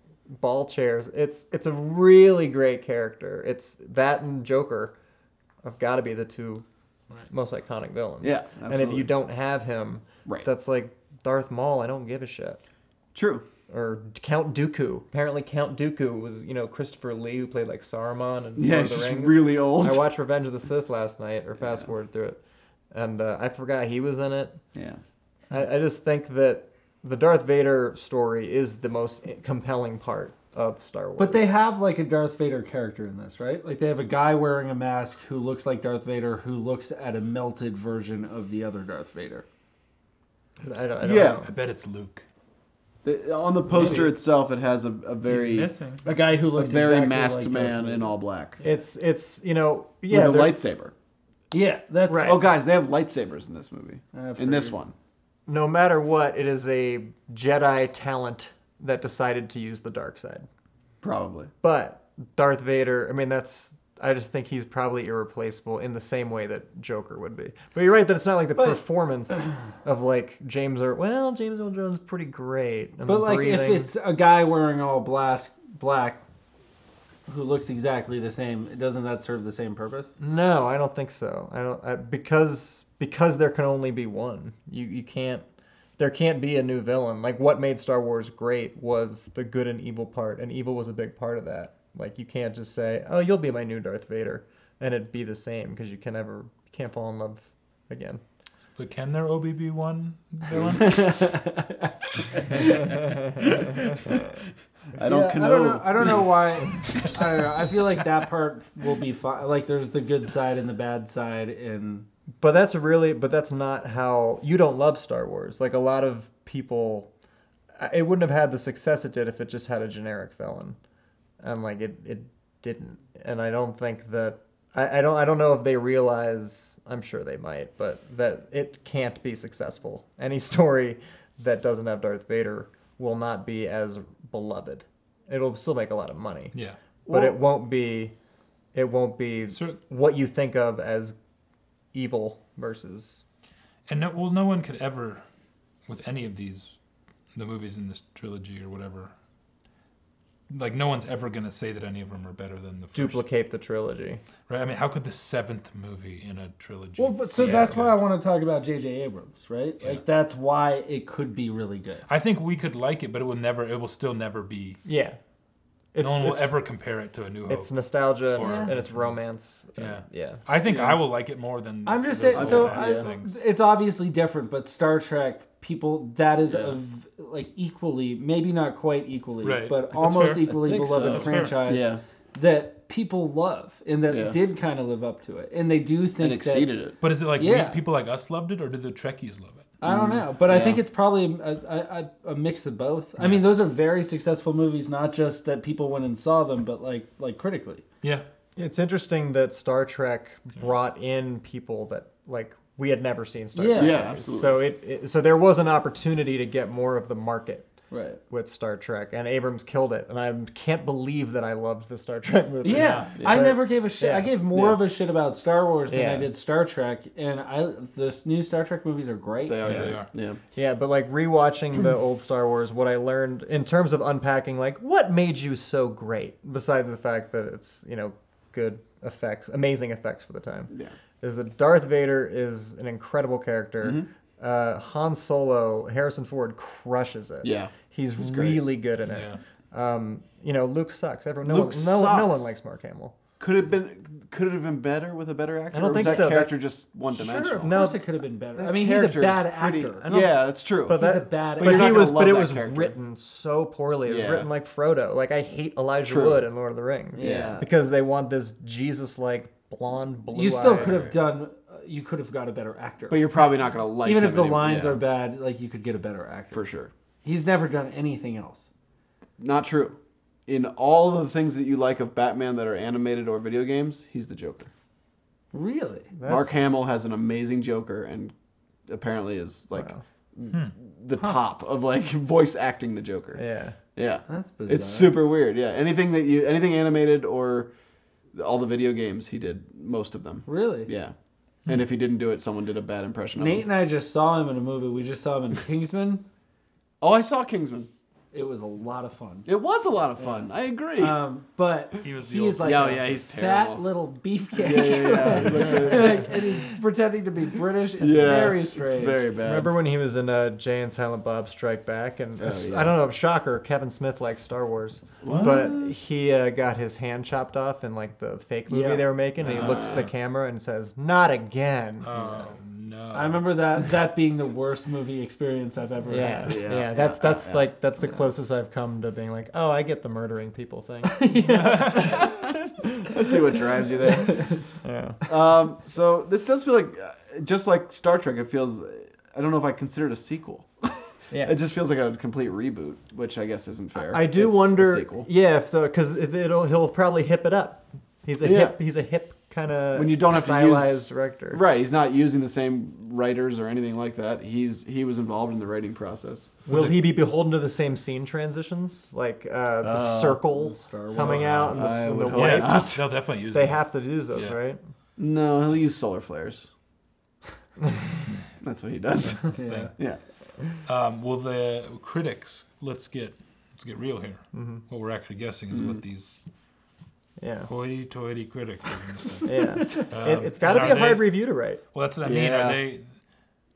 Speaker 8: ball chairs. It's it's a really great character. It's that and Joker have got to be the two most iconic villains.
Speaker 6: Yeah,
Speaker 8: And if
Speaker 6: absolutely.
Speaker 8: you don't have him,
Speaker 6: Right.
Speaker 8: that's like Darth Maul, I don't give a shit.
Speaker 6: True.
Speaker 8: Or Count Dooku. Apparently Count Dooku was, you know, Christopher Lee who played like Saruman and
Speaker 6: Yeah,
Speaker 8: Lord
Speaker 6: he's
Speaker 8: of the
Speaker 6: just
Speaker 8: Rings.
Speaker 6: really old.
Speaker 8: I watched Revenge of the Sith last night or fast forward through it. And uh, I forgot he was in it.
Speaker 6: yeah.
Speaker 8: I, I just think that the Darth Vader story is the most compelling part of Star Wars.
Speaker 7: But they have like a Darth Vader character in this, right? Like they have a guy wearing a mask who looks like Darth Vader who looks at a melted version of the other Darth Vader.
Speaker 8: I don't, I don't
Speaker 6: Yeah.
Speaker 8: know.
Speaker 3: I bet it's Luke.
Speaker 6: The- on the poster itself, it has a, a very
Speaker 3: He's
Speaker 6: a
Speaker 3: missing.
Speaker 7: A guy who looks
Speaker 6: very
Speaker 7: exactly
Speaker 6: masked
Speaker 7: like Darth
Speaker 6: man in
Speaker 7: Vader.
Speaker 6: all black.
Speaker 8: It's it's you know yeah
Speaker 6: Yeah, with a
Speaker 8: they're-
Speaker 6: lightsaber.
Speaker 7: Yeah, that's
Speaker 8: Right.
Speaker 6: Oh, guys, they have lightsabers in this movie.
Speaker 7: I
Speaker 6: in this
Speaker 7: figured.
Speaker 6: one,
Speaker 8: no matter what, it is a Jedi talent that decided to use the dark side.
Speaker 6: probably.
Speaker 8: But Darth Vader, I mean, that's. I just think he's probably irreplaceable in the same way that Joker would be. But you're right that it's not like the performance of like James Earl. Well, James Earl Jones is pretty great. and
Speaker 7: But like
Speaker 8: breathing.
Speaker 7: if it's a guy wearing all black black who looks exactly the same, doesn't that serve the same purpose?
Speaker 8: no, I don't think so. I don't I, because because there can only be one. You you can't there can't be a new villain. Like what made Star Wars great was the good and evil part, and evil was a big part of that. Like you can't just say, "Oh, you'll be my new Darth Vader," and it'd be the same because you can never you can't fall in love again.
Speaker 3: But can there OBB one villain?
Speaker 6: I don't
Speaker 7: Yeah,
Speaker 6: know.
Speaker 7: I don't know. I don't know why. I don't know. I feel like that part will be fine. Like there's the good side and the bad side, and
Speaker 8: But that's really, but that's not how you don't love Star Wars. Like a lot of people, uh, it wouldn't have had the success it did if it just had a generic villain, and like it, it didn't, and I don't think that I, I don't I don't know if they realize. I'm sure they might, but that it can't be successful. Any story that doesn't have Darth Vader will not be as beloved. It'll still make a lot of money,
Speaker 3: Yeah.
Speaker 8: but it won't be. It won't be
Speaker 3: Cer-
Speaker 8: what you think of as evil versus
Speaker 3: And no, well, no one could ever, with any of these, the movies in this trilogy or whatever, like no one's ever gonna say that any of them are better than the first.
Speaker 8: duplicate the trilogy.
Speaker 3: Right? I mean, how could the seventh movie in a trilogy?
Speaker 7: Well, but so
Speaker 3: be as
Speaker 7: that's why I
Speaker 3: good?
Speaker 7: want to talk about J.J. Abrams, right? Like that's why it could be really good.
Speaker 3: I think we could like it, but it will never. It will still never be.
Speaker 8: Yeah, it's,
Speaker 3: no one will
Speaker 8: it's-
Speaker 3: ever compare it to A New Hope.
Speaker 8: It's nostalgia and, it's,
Speaker 3: Or-
Speaker 8: and it's romance. and-
Speaker 3: Yeah.
Speaker 8: yeah.
Speaker 3: I think I will like it more than.
Speaker 7: I'm just
Speaker 3: those
Speaker 7: saying.
Speaker 3: old
Speaker 7: So
Speaker 3: ass
Speaker 7: I, it's obviously different, but Star Trek people that is a v like equally, maybe not quite equally,
Speaker 3: Right.
Speaker 7: but
Speaker 3: That's
Speaker 7: almost
Speaker 3: fair.
Speaker 7: equally
Speaker 6: think
Speaker 7: beloved
Speaker 6: so. That's
Speaker 3: fair.
Speaker 7: franchise
Speaker 6: Yeah.
Speaker 7: that people love and that
Speaker 6: Yeah.
Speaker 7: did kind of live up to it, and they do
Speaker 6: And
Speaker 7: think
Speaker 6: exceeded
Speaker 7: that,
Speaker 6: it.
Speaker 3: But is it like
Speaker 7: Yeah.
Speaker 3: we, people like us loved it, or did the Trekkies love it?
Speaker 7: I don't know, but I
Speaker 6: Mm-hmm. yeah.
Speaker 7: think it's probably a, a, a, a mix of both. I mean, those are very successful movies, not just that people went and saw them, but like like critically.
Speaker 3: Yeah,
Speaker 8: It's interesting that Star Trek brought in people that like we had never seen Star
Speaker 7: Yeah.
Speaker 8: Trek.
Speaker 6: Yeah, absolutely.
Speaker 8: So it, it so there was an opportunity to get more of the market
Speaker 7: Right.
Speaker 8: with Star Trek, and Abrams killed it. And I can't believe that I loved the Star Trek movies.
Speaker 7: Yeah, I
Speaker 8: But-
Speaker 7: never gave a shit. I
Speaker 8: yeah,
Speaker 7: gave more of a shit about Star Wars than I
Speaker 8: Yeah.
Speaker 7: did Star Trek, and I the new Star Trek movies are great.
Speaker 6: They are.
Speaker 3: Yeah,
Speaker 6: Yeah.
Speaker 3: they are.
Speaker 6: yeah.
Speaker 8: Yeah, but like rewatching the old Star Wars, what I learned in terms of unpacking, like what made you so great, besides the fact that it's you know good effects, amazing effects for the time,
Speaker 6: Yeah.
Speaker 8: is that Darth Vader is an incredible character.
Speaker 6: Mm-hmm.
Speaker 8: Uh, Han Solo, Harrison Ford crushes it.
Speaker 6: Yeah.
Speaker 8: he's really good in it. Um, you know, Luke sucks. Everyone, no,
Speaker 6: Luke
Speaker 8: one, no, one- no one
Speaker 6: sucks.
Speaker 8: likes Mark Hamill.
Speaker 6: Could have been could it have been better with a better actor?
Speaker 8: I don't
Speaker 6: or
Speaker 8: think
Speaker 6: was that
Speaker 8: so.
Speaker 6: character
Speaker 8: That's-
Speaker 6: just one
Speaker 7: Sure, of
Speaker 6: dimensional.
Speaker 8: No,
Speaker 7: course it could have been better. I
Speaker 6: That
Speaker 7: mean, he's a
Speaker 6: character is
Speaker 7: bad
Speaker 6: pretty-
Speaker 7: actor.
Speaker 6: Yeah, that's true.
Speaker 8: But
Speaker 7: He's
Speaker 8: that,
Speaker 7: a bad actor.
Speaker 8: But
Speaker 6: You're not
Speaker 8: he
Speaker 6: gonna
Speaker 8: was,
Speaker 6: love
Speaker 8: but it
Speaker 6: that
Speaker 8: was
Speaker 6: character.
Speaker 8: written so poorly. It was
Speaker 6: Yeah.
Speaker 8: written like Frodo. Like I hate Elijah
Speaker 6: True.
Speaker 8: Wood in Lord of the Rings.
Speaker 7: Yeah.
Speaker 8: Because they want this Jesus-like blonde blue.
Speaker 7: you still could have done. uh, You could have got a better actor.
Speaker 6: but you're probably not gonna like
Speaker 7: Even
Speaker 6: him
Speaker 7: if the
Speaker 6: anyway.
Speaker 7: lines
Speaker 6: Yeah,
Speaker 7: are bad, like you could get a better actor.
Speaker 6: for sure.
Speaker 7: He's never done anything else.
Speaker 6: Not true. In all of the things that you like of Batman that are animated or video games, he's the Joker.
Speaker 7: Really?
Speaker 6: Mark Hamill has an amazing Joker and apparently is like
Speaker 7: Hmm.
Speaker 6: the top of like voice acting the Joker.
Speaker 8: Yeah.
Speaker 6: Yeah.
Speaker 7: That's bizarre.
Speaker 6: It's super weird. Yeah. Anything that you anything animated or all the video games he did most of them.
Speaker 7: Really?
Speaker 6: Yeah.
Speaker 8: Hmm.
Speaker 6: And if he didn't do it, someone did a bad impression
Speaker 7: Nate
Speaker 6: of him.
Speaker 7: and I just saw him in a movie. We just saw him in Kingsman.
Speaker 6: Oh, I saw Kingsman.
Speaker 7: It was a lot of fun.
Speaker 6: It was a lot of fun. I agree.
Speaker 8: Uh,
Speaker 7: Um, but he
Speaker 3: was
Speaker 7: was
Speaker 3: the
Speaker 7: he
Speaker 3: old-
Speaker 7: is like
Speaker 6: Yeah,
Speaker 7: a
Speaker 6: yeah, he's
Speaker 7: fat
Speaker 6: terrible.
Speaker 7: little beefcake.
Speaker 6: yeah, yeah, yeah. Like, uh,
Speaker 7: Like, and he's pretending to be British. It's
Speaker 6: yeah.
Speaker 7: very strange.
Speaker 6: It's very bad.
Speaker 8: Remember when he was in uh, Jay and Silent Bob Strike Back? And it's-
Speaker 6: Oh, yeah.
Speaker 8: I don't know if shocker, Kevin Smith likes Star Wars, but he uh, got his hand chopped off in like the fake movie
Speaker 7: Yeah.
Speaker 8: they were making, and he looks
Speaker 6: Ah.
Speaker 8: at the camera and says, "Not again."
Speaker 3: Oh no.
Speaker 7: I remember that that being the worst movie experience I've ever
Speaker 8: yeah,
Speaker 7: had.
Speaker 8: yeah, That's that's like that's the closest I've come to being like, oh, I get the murdering people thing.
Speaker 6: Let's see what drives you there.
Speaker 8: yeah.
Speaker 6: Um, so this does feel like, uh, just like Star Trek, it feels. I don't know if I consider it a sequel.
Speaker 8: Yeah.
Speaker 6: It just feels like a complete reboot, which I guess isn't fair.
Speaker 8: I do
Speaker 6: It's a
Speaker 8: wonder.
Speaker 6: sequel.
Speaker 8: Yeah, if the because it'll he'll probably hip it up. He's a
Speaker 6: Yeah.
Speaker 8: hip. He's a hip kind of
Speaker 6: When you don't have to use-
Speaker 8: stylized director.
Speaker 6: Right, he's not using the same writers or anything like that. He's he was involved in the writing process.
Speaker 8: Will he be beholden to the same scene transitions, like uh, the
Speaker 6: Oh,
Speaker 8: circle coming out and the,
Speaker 6: I
Speaker 8: and the
Speaker 6: would hope
Speaker 3: yeah,
Speaker 8: white?
Speaker 3: it's- they'll definitely use
Speaker 8: They
Speaker 3: it.
Speaker 8: have to use those,
Speaker 3: Yeah.
Speaker 8: right?
Speaker 6: No, he'll use solar flares. That's what he does.
Speaker 3: Thing.
Speaker 6: yeah.
Speaker 3: Um, well, the critics. Let's get let's get real here.
Speaker 8: Mm-hmm.
Speaker 3: What we're actually guessing is what these
Speaker 8: Yeah.
Speaker 3: hoity-toity critics. Are gonna say. Um,
Speaker 8: Yeah.
Speaker 6: Um,
Speaker 8: it, it's got to
Speaker 3: and
Speaker 8: be
Speaker 3: are
Speaker 8: a hard
Speaker 3: they-
Speaker 8: review to write.
Speaker 3: Well, that's what I mean.
Speaker 6: Yeah.
Speaker 3: Are they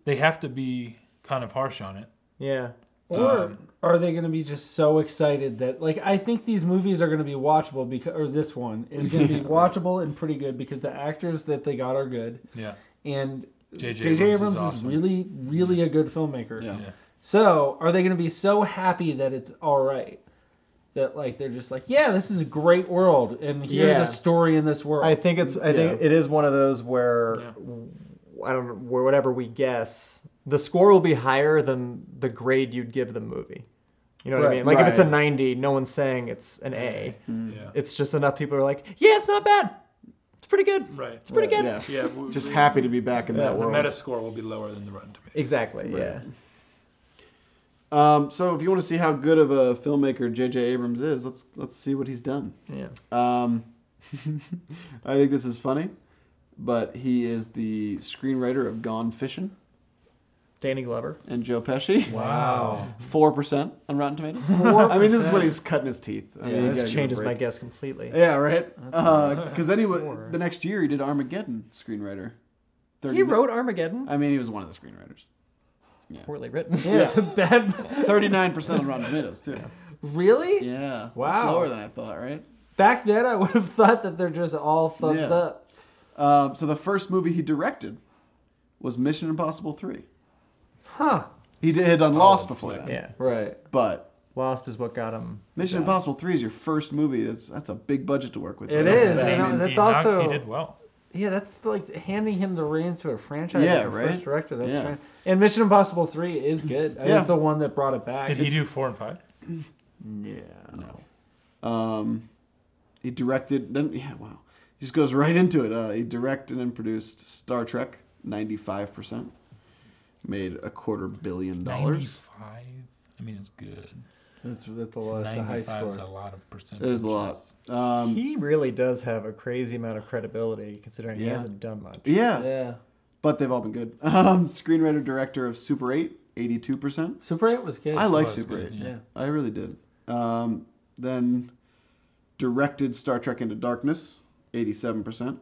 Speaker 3: they have to be kind of harsh on it.
Speaker 8: Yeah.
Speaker 7: Or
Speaker 3: Um,
Speaker 7: are they going to be just so excited that like I think these movies are going to be watchable because or this one is going to be watchable and pretty good because the actors that they got are good
Speaker 3: Yeah.
Speaker 7: and
Speaker 3: J.J.
Speaker 7: J.J.
Speaker 3: Abrams is
Speaker 7: Abrams, is,
Speaker 3: awesome.
Speaker 7: really really a good filmmaker.
Speaker 6: Yeah.
Speaker 3: Yeah.
Speaker 7: So are they going to be so happy that it's all right? That like they're just like, yeah, this is a great world, and here's
Speaker 8: Yeah.
Speaker 7: a story in this world.
Speaker 8: I think it's. I think it is one of those where
Speaker 3: Yeah.
Speaker 8: w- I don't know where whatever we guess, the score will be higher than the grade you'd give the movie. You know what I
Speaker 7: Right.
Speaker 8: mean? Like if it's a
Speaker 10: Right.
Speaker 8: 90, no one's saying it's an A.
Speaker 6: Hmm.
Speaker 3: Yeah.
Speaker 8: It's just enough people are like, yeah, it's not bad. It's pretty good.
Speaker 3: Right.
Speaker 8: It's pretty good.
Speaker 6: Yeah.
Speaker 3: Yeah. We,
Speaker 6: Just
Speaker 3: we-
Speaker 6: happy to be back in that
Speaker 3: The
Speaker 6: world.
Speaker 3: meta score will be lower than the Rotten Tomatoes.
Speaker 8: Exactly. Yeah.
Speaker 6: Um, so if you want to see how good of a filmmaker J.J. Abrams is, let's let's see what he's done.
Speaker 8: Yeah.
Speaker 6: Um, I think this is funny, but he is the screenwriter of Gone Fishing
Speaker 8: Danny Glover.
Speaker 6: and Joe Pesci.
Speaker 3: Wow.
Speaker 6: Four percent on Rotten Tomatoes. I mean, this is when he's cutting his teeth. I mean,
Speaker 8: Yeah,
Speaker 6: you gotta
Speaker 8: this
Speaker 6: give him a
Speaker 8: changes my
Speaker 6: break.
Speaker 8: guess completely.
Speaker 6: Yeah, right. Because then he wa- the next year he did Armageddon screenwriter. 30
Speaker 8: He wrote Armageddon.
Speaker 6: I mean, he was one of the screenwriters.
Speaker 8: Poorly written.
Speaker 7: Yeah, it's a bad.
Speaker 6: Thirty-nine percent on Rotten Tomatoes too.
Speaker 7: really?
Speaker 6: Yeah. That's
Speaker 7: Wow.
Speaker 6: lower than I thought, right?
Speaker 7: Back then, I would have thought that they're just all thumbs
Speaker 6: Yeah.
Speaker 7: up.
Speaker 6: Um, so the first movie he directed was Mission Impossible Three.
Speaker 7: Huh.
Speaker 6: He did, had done Lost before that,
Speaker 8: Yeah.
Speaker 7: Right.
Speaker 6: but
Speaker 8: Lost is what got him.
Speaker 6: Mission Impossible Three is your first movie. That's that's a big budget to work with.
Speaker 7: It
Speaker 6: That
Speaker 7: is.
Speaker 6: bad.
Speaker 7: You know,
Speaker 3: And
Speaker 7: that's
Speaker 3: he knocked-
Speaker 7: also.
Speaker 3: he did well.
Speaker 7: Yeah, that's like handing him the reins to a franchise
Speaker 6: Yeah,
Speaker 7: as the
Speaker 6: right?
Speaker 7: first director. That's
Speaker 6: Yeah.
Speaker 7: fran- And Mission Impossible Three is good. That
Speaker 6: Yeah.
Speaker 7: was the one that brought it back.
Speaker 3: Did he do four and five?
Speaker 7: Yeah.
Speaker 6: Um, he directed. Then yeah, wow. He just goes right into it. Uh, he directed and produced Star Trek. Ninety-five percent. Made a quarter billion dollars.
Speaker 3: Ninety-five. I mean, it's good.
Speaker 7: That's that's a lot. That's a high
Speaker 3: Ninety-five is a
Speaker 7: score.
Speaker 3: lot of percent.
Speaker 6: That is a lot. Um,
Speaker 8: He really does have a crazy amount of credibility considering he
Speaker 6: Yeah.
Speaker 8: hasn't done much.
Speaker 6: yeah,
Speaker 7: Yeah.
Speaker 6: but they've all been good. Um, screenwriter director of Super 8, 82 percent.
Speaker 7: Super Eight was good.
Speaker 6: I like
Speaker 3: was
Speaker 6: Super
Speaker 3: good,
Speaker 6: 8.
Speaker 7: yeah.
Speaker 6: I really did. Um, then directed Star Trek Into Darkness, 87%.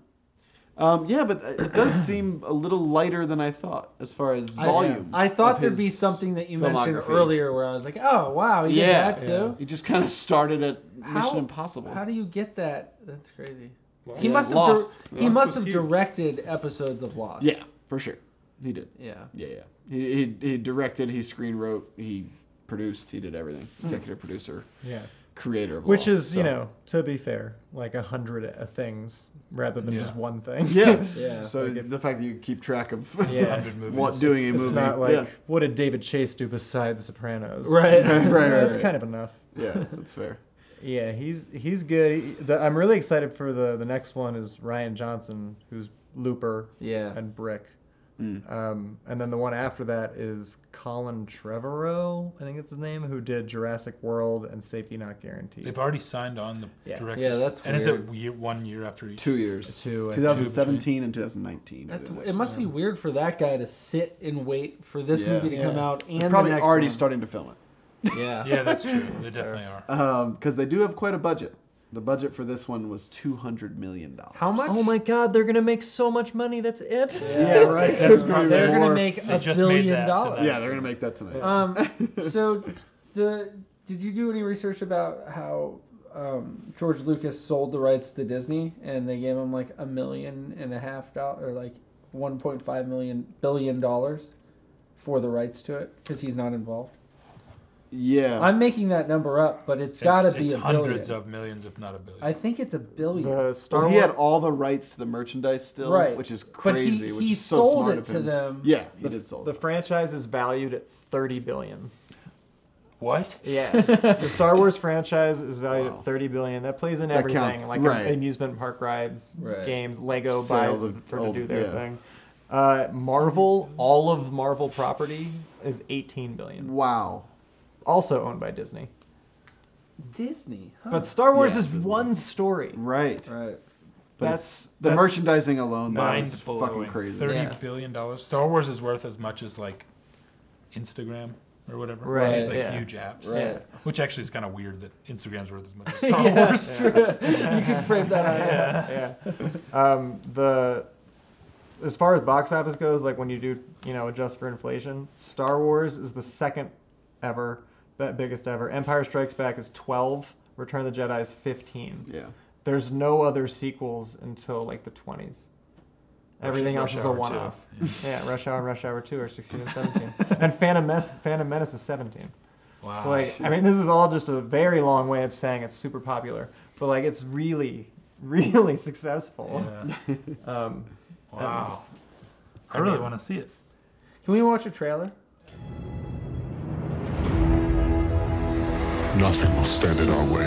Speaker 6: Um, yeah, but it does seem a little lighter than I thought as far as
Speaker 7: I-
Speaker 6: volume.
Speaker 7: I, thought
Speaker 6: of
Speaker 7: there'd be
Speaker 6: his
Speaker 7: something that you mentioned
Speaker 6: filmography.
Speaker 7: earlier where I was like, oh wow, he
Speaker 6: Yeah.
Speaker 7: did that too.
Speaker 6: He just kind of started at
Speaker 7: How-
Speaker 6: Mission Impossible.
Speaker 7: How do you get that? That's crazy. he
Speaker 6: Yeah,
Speaker 7: must have
Speaker 6: Lost.
Speaker 7: dir- he
Speaker 3: Lost
Speaker 7: must
Speaker 3: was
Speaker 7: have
Speaker 3: huge.
Speaker 7: directed episodes of Lost.
Speaker 6: yeah, for sure. He did.
Speaker 7: Yeah.
Speaker 6: Yeah, yeah. He, he, he directed, he screen wrote, he produced, he did everything.
Speaker 7: Hmm.
Speaker 6: Executive producer,
Speaker 8: Yeah.
Speaker 6: creator of
Speaker 8: Which
Speaker 6: Lost,
Speaker 8: is, you
Speaker 6: so.
Speaker 8: know, to be fair, like a hundred of things rather than just
Speaker 3: Yeah.
Speaker 8: one thing.
Speaker 6: Yeah.
Speaker 7: Yeah.
Speaker 6: So the fact that you keep track of
Speaker 8: Yeah.
Speaker 3: Hundred movies.
Speaker 6: what doing a
Speaker 8: It's
Speaker 6: movie.
Speaker 8: not like
Speaker 6: yeah.
Speaker 8: what did David Chase do besides Sopranos?
Speaker 7: Right.
Speaker 6: right, right,
Speaker 8: That's
Speaker 6: right.
Speaker 8: kind of enough.
Speaker 6: yeah, that's fair.
Speaker 8: Yeah, he's he's good. He- the, I'm really excited for the the next one is Ryan Johnson, who's Looper
Speaker 7: Yeah.
Speaker 8: and Brick.
Speaker 6: Mm.
Speaker 8: Um, and then the one after that is Colin Trevorrow, I think it's his name, who did Jurassic World and Safety Not Guaranteed.
Speaker 3: They've already signed on the
Speaker 8: Yeah.
Speaker 3: directors.
Speaker 7: Yeah, that's
Speaker 3: And is it year, one year after each?
Speaker 6: Two years.
Speaker 8: Two, I think.
Speaker 6: 2017 and 2019.
Speaker 7: That's
Speaker 6: They're
Speaker 7: it. Must be weird for that guy to sit and wait for this
Speaker 6: Yeah.
Speaker 7: movie to come
Speaker 8: Yeah.
Speaker 7: out and
Speaker 6: probably
Speaker 7: the next
Speaker 6: already
Speaker 7: one.
Speaker 6: starting to film it
Speaker 7: Yeah.
Speaker 3: Yeah, that's true. They definitely are.
Speaker 6: because they do have quite a budget. The budget for this one was 200 million dollars.
Speaker 7: How much?
Speaker 8: Oh my God, they're gonna make so much money. That's it.
Speaker 6: Yeah, right. That's probably
Speaker 7: They're
Speaker 6: more.
Speaker 7: gonna make
Speaker 3: They
Speaker 7: a
Speaker 3: just made
Speaker 7: billion
Speaker 3: that
Speaker 7: dollars.
Speaker 3: tonight.
Speaker 6: Yeah, they're gonna make that tonight.
Speaker 7: Um, so the did you do any research about how um, George Lucas sold the rights to Disney and they gave him like a million and a half dollar or like 1.5 million billion dollars for the rights to it because he's not involved.
Speaker 6: yeah,
Speaker 7: I'm making that number up, but it's got to
Speaker 3: It's-
Speaker 7: be
Speaker 3: it's
Speaker 7: a
Speaker 3: hundreds
Speaker 7: billion.
Speaker 3: of millions, if not a billion.
Speaker 7: I think it's a billion.
Speaker 8: The Star
Speaker 6: Well, he
Speaker 8: Wars-
Speaker 6: had all the rights to the merchandise still,
Speaker 7: Right.
Speaker 6: which is
Speaker 7: But he-
Speaker 6: crazy. which
Speaker 7: he
Speaker 6: is so
Speaker 7: sold
Speaker 6: smart
Speaker 7: it
Speaker 6: of
Speaker 7: to
Speaker 6: him.
Speaker 7: them.
Speaker 6: Yeah, he did sold
Speaker 8: The
Speaker 6: it.
Speaker 8: franchise is valued at thirty billion.
Speaker 3: what?
Speaker 8: Yeah, the Star Wars franchise is valued
Speaker 6: Wow.
Speaker 8: at thirty billion. That plays in
Speaker 6: That
Speaker 8: everything,
Speaker 6: counts,
Speaker 8: like
Speaker 6: right.
Speaker 8: amusement park rides,
Speaker 7: Right.
Speaker 8: games, Lego
Speaker 6: Sales
Speaker 8: buys
Speaker 6: of
Speaker 8: for
Speaker 6: all-
Speaker 8: to do their
Speaker 6: yeah.
Speaker 8: thing. Uh, Marvel, all of Marvel property is eighteen billion,
Speaker 6: Wow.
Speaker 8: also owned by Disney.
Speaker 7: Disney, huh?
Speaker 8: But Star Wars
Speaker 6: Oh. Yeah,
Speaker 8: is one story.
Speaker 6: Right.
Speaker 7: right.
Speaker 6: But
Speaker 8: That's-
Speaker 6: it's- the
Speaker 8: that's-
Speaker 6: merchandising alone though,
Speaker 3: Mind
Speaker 6: is fucking
Speaker 3: blowing.
Speaker 6: crazy.
Speaker 3: Thirty billion
Speaker 7: Yeah.
Speaker 3: dollars. Star Wars is worth as much as like Instagram or whatever. One of
Speaker 8: Right,
Speaker 3: These like
Speaker 8: yeah.
Speaker 3: huge apps.
Speaker 7: Right.
Speaker 3: Which actually is kind of weird that Instagram's worth as much as Star
Speaker 7: Yeah.
Speaker 3: Wars.
Speaker 7: you can frame that out.
Speaker 8: yeah. Um, the as far as box office goes, like when you do, you know, adjust for inflation, Star Wars is the second ever, bi- biggest ever. Empire Strikes Back is twelve. Return of the Jedi is fifteen.
Speaker 6: Yeah.
Speaker 8: There's no other sequels until like the twenties. Everything
Speaker 3: Rush
Speaker 8: else is a
Speaker 3: Hour 2.
Speaker 8: one-off. Yeah, Rush Hour, Rush Hour Two are sixteen and seventeen, and Phantom, Mes- Phantom Menace is seventeen.
Speaker 3: Wow.
Speaker 8: So like, I mean, this is all just a very long way of saying it's super popular, but like, it's really, really successful.
Speaker 3: Yeah.
Speaker 8: Um,
Speaker 3: Wow. I really want to see it.
Speaker 7: Can we watch a trailer?
Speaker 11: Nothing will stand in our way.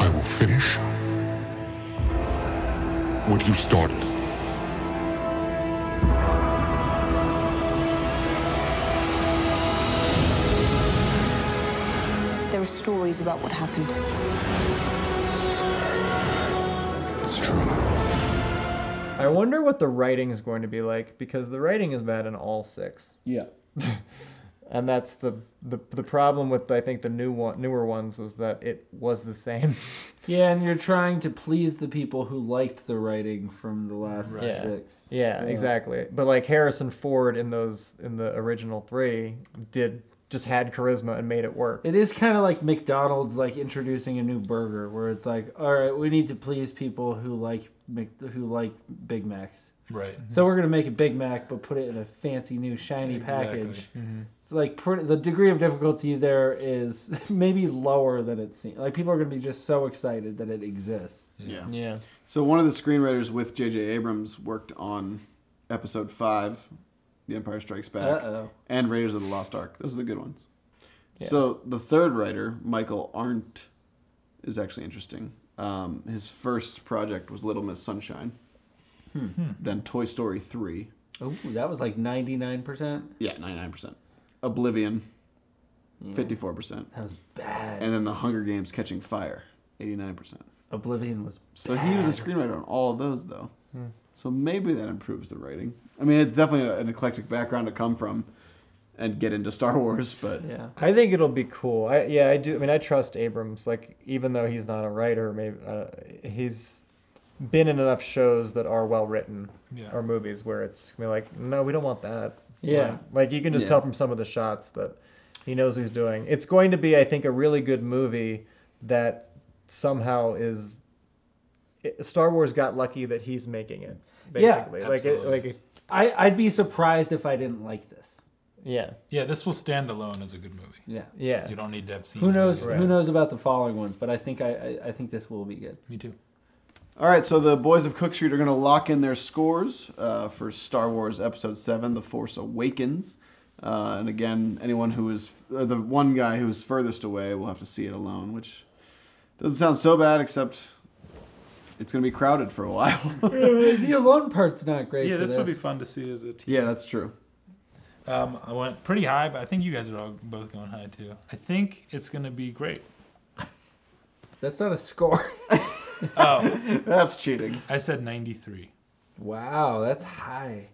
Speaker 11: I will finish what you started.
Speaker 5: There are stories about what happened.
Speaker 11: It's true.
Speaker 8: I wonder what the writing is going to be like because the writing is bad in all six,
Speaker 6: Yeah.
Speaker 8: and that's the the, the problem with I think the new one, newer ones was that it was the same.
Speaker 7: Yeah, and you're trying to please the people who liked the writing from the last
Speaker 8: Yeah.
Speaker 7: six.
Speaker 8: Yeah, exactly. But like Harrison Ford in those in the original three did just had charisma and made it work.
Speaker 7: It is kind of like McDonald's like introducing a new burger where it's like, all right, we need to please people who like Mc- who like Big Macs.
Speaker 3: Right.
Speaker 7: So we're gonna make a Big Mac, but put it in a fancy new shiny
Speaker 3: Exactly.
Speaker 7: package. It's like pretty, the degree of difficulty there is maybe lower than it seems. Like people are gonna be just so excited that it exists.
Speaker 6: Yeah.
Speaker 8: Yeah.
Speaker 6: So one of the screenwriters with J.J. Abrams worked on Episode Five, The Empire Strikes Back,
Speaker 7: Uh-oh.
Speaker 6: and Raiders of the Lost Ark. Those are the good ones. So the third writer, Michael Arndt, is actually interesting. Um, his first project was Little Miss Sunshine,
Speaker 8: Hmm.
Speaker 6: then Toy Story Three.
Speaker 7: Oh, that was like ninety nine percent.
Speaker 6: Yeah, ninety nine percent. Oblivion, fifty four percent,
Speaker 7: That was bad.
Speaker 6: and then The Hunger Games: Catching Fire, eighty nine percent.
Speaker 7: Oblivion was
Speaker 6: So he was a screenwriter on all of those, though. So maybe that improves the writing. I mean, it's definitely an eclectic background to come from and get into Star Wars, but
Speaker 7: yeah.
Speaker 8: I think it'll be cool. I yeah, I do. I mean, I trust Abrams. Like, even though he's not a writer, maybe uh, he's been in enough shows that are well written
Speaker 3: Yeah.
Speaker 8: or movies where it's gonna be like, no, we don't want that.
Speaker 7: Yeah.
Speaker 8: Like, like, you can just
Speaker 6: Yeah.
Speaker 8: tell from some of the shots that he knows what he's doing. It's going to be, I think, a really good movie that somehow is. It, Star Wars got lucky that he's making it.
Speaker 7: Yeah,
Speaker 8: Basically, like it,
Speaker 3: absolutely.
Speaker 8: like it,
Speaker 7: I, I'd be surprised if I didn't like this.
Speaker 8: yeah,
Speaker 3: Yeah, this will stand alone as a good movie.
Speaker 7: Yeah.
Speaker 8: yeah.
Speaker 3: You don't need to have seen.
Speaker 7: Who
Speaker 3: any of
Speaker 7: knows?
Speaker 3: it.
Speaker 7: Who knows about the following ones? But I think I, I, I think this will be good.
Speaker 3: Me too.
Speaker 6: All right, so the boys of Cook Street are going to lock in their scores uh, for Star Wars Episode Seven: The Force Awakens. Uh, and again, anyone who is uh, the one guy who is furthest away will have to see it alone, which doesn't sound so bad, except it's going to be crowded for a while.
Speaker 7: the alone part's not great.
Speaker 3: Yeah,
Speaker 7: for
Speaker 3: this would be fun to see as a team.
Speaker 6: yeah, that's true.
Speaker 3: Um, I went pretty high, but I think you guys are all both going high too. I think it's going to be great.
Speaker 7: That's not a score.
Speaker 3: Oh,
Speaker 6: That's cheating.
Speaker 3: I said 93.
Speaker 7: wow, that's high.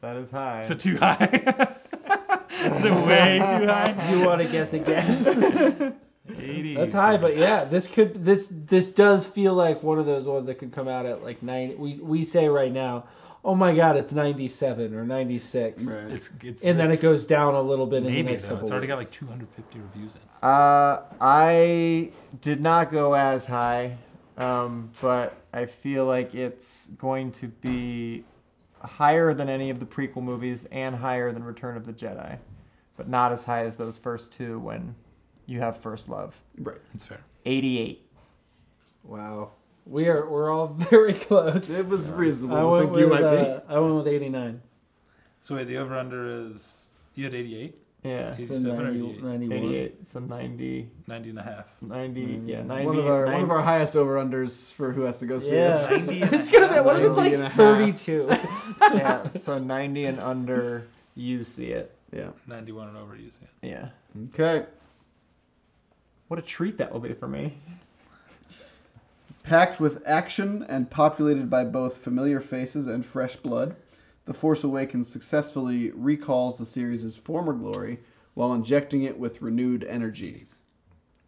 Speaker 8: That is high.
Speaker 3: Is it too high? Is it way too high?
Speaker 7: Do you want to guess again?
Speaker 3: 80.
Speaker 7: that's high, but yeah, this could this this does feel like one of those ones that could come out at like ninety. We we say right now, oh my god, it's ninety seven or ninety six,
Speaker 6: Right.
Speaker 3: It's it's
Speaker 7: and then it goes down a little bit in the
Speaker 3: maybe
Speaker 7: next
Speaker 3: though.
Speaker 7: couple.
Speaker 3: It's already got
Speaker 7: weeks.
Speaker 3: like 250 reviews in.
Speaker 8: Uh, I did not go as high, um, but I feel like it's going to be higher than any of the prequel movies and higher than Return of the Jedi, but not as high as those first two when you have First Love.
Speaker 6: Right.
Speaker 3: It's fair.
Speaker 8: 88.
Speaker 7: wow. We are we're all very close.
Speaker 6: It was
Speaker 7: I
Speaker 6: reasonable to
Speaker 7: went
Speaker 6: think
Speaker 7: with
Speaker 6: you might be.
Speaker 7: uh, I went with eighty nine.
Speaker 3: So wait, the over under is you had 88,
Speaker 8: Yeah.
Speaker 3: 87 or 88,
Speaker 8: 88. So 90.
Speaker 3: 90 and a half.
Speaker 8: 90. Yeah. 90.
Speaker 6: One of our one
Speaker 8: 90
Speaker 6: of our highest over unders for who has to go see us.
Speaker 7: It's gonna be. What if it's
Speaker 6: 90 and a half.
Speaker 7: like thirty-two?
Speaker 8: yeah. So 90 and under, you see it.
Speaker 6: Yeah.
Speaker 3: 91 and over, you see.
Speaker 8: Yeah.
Speaker 6: Okay.
Speaker 8: What a treat that will be for me.
Speaker 6: Packed with action and populated by both familiar faces and fresh blood, The Force Awakens successfully recalls the series' former glory while injecting it with renewed energy.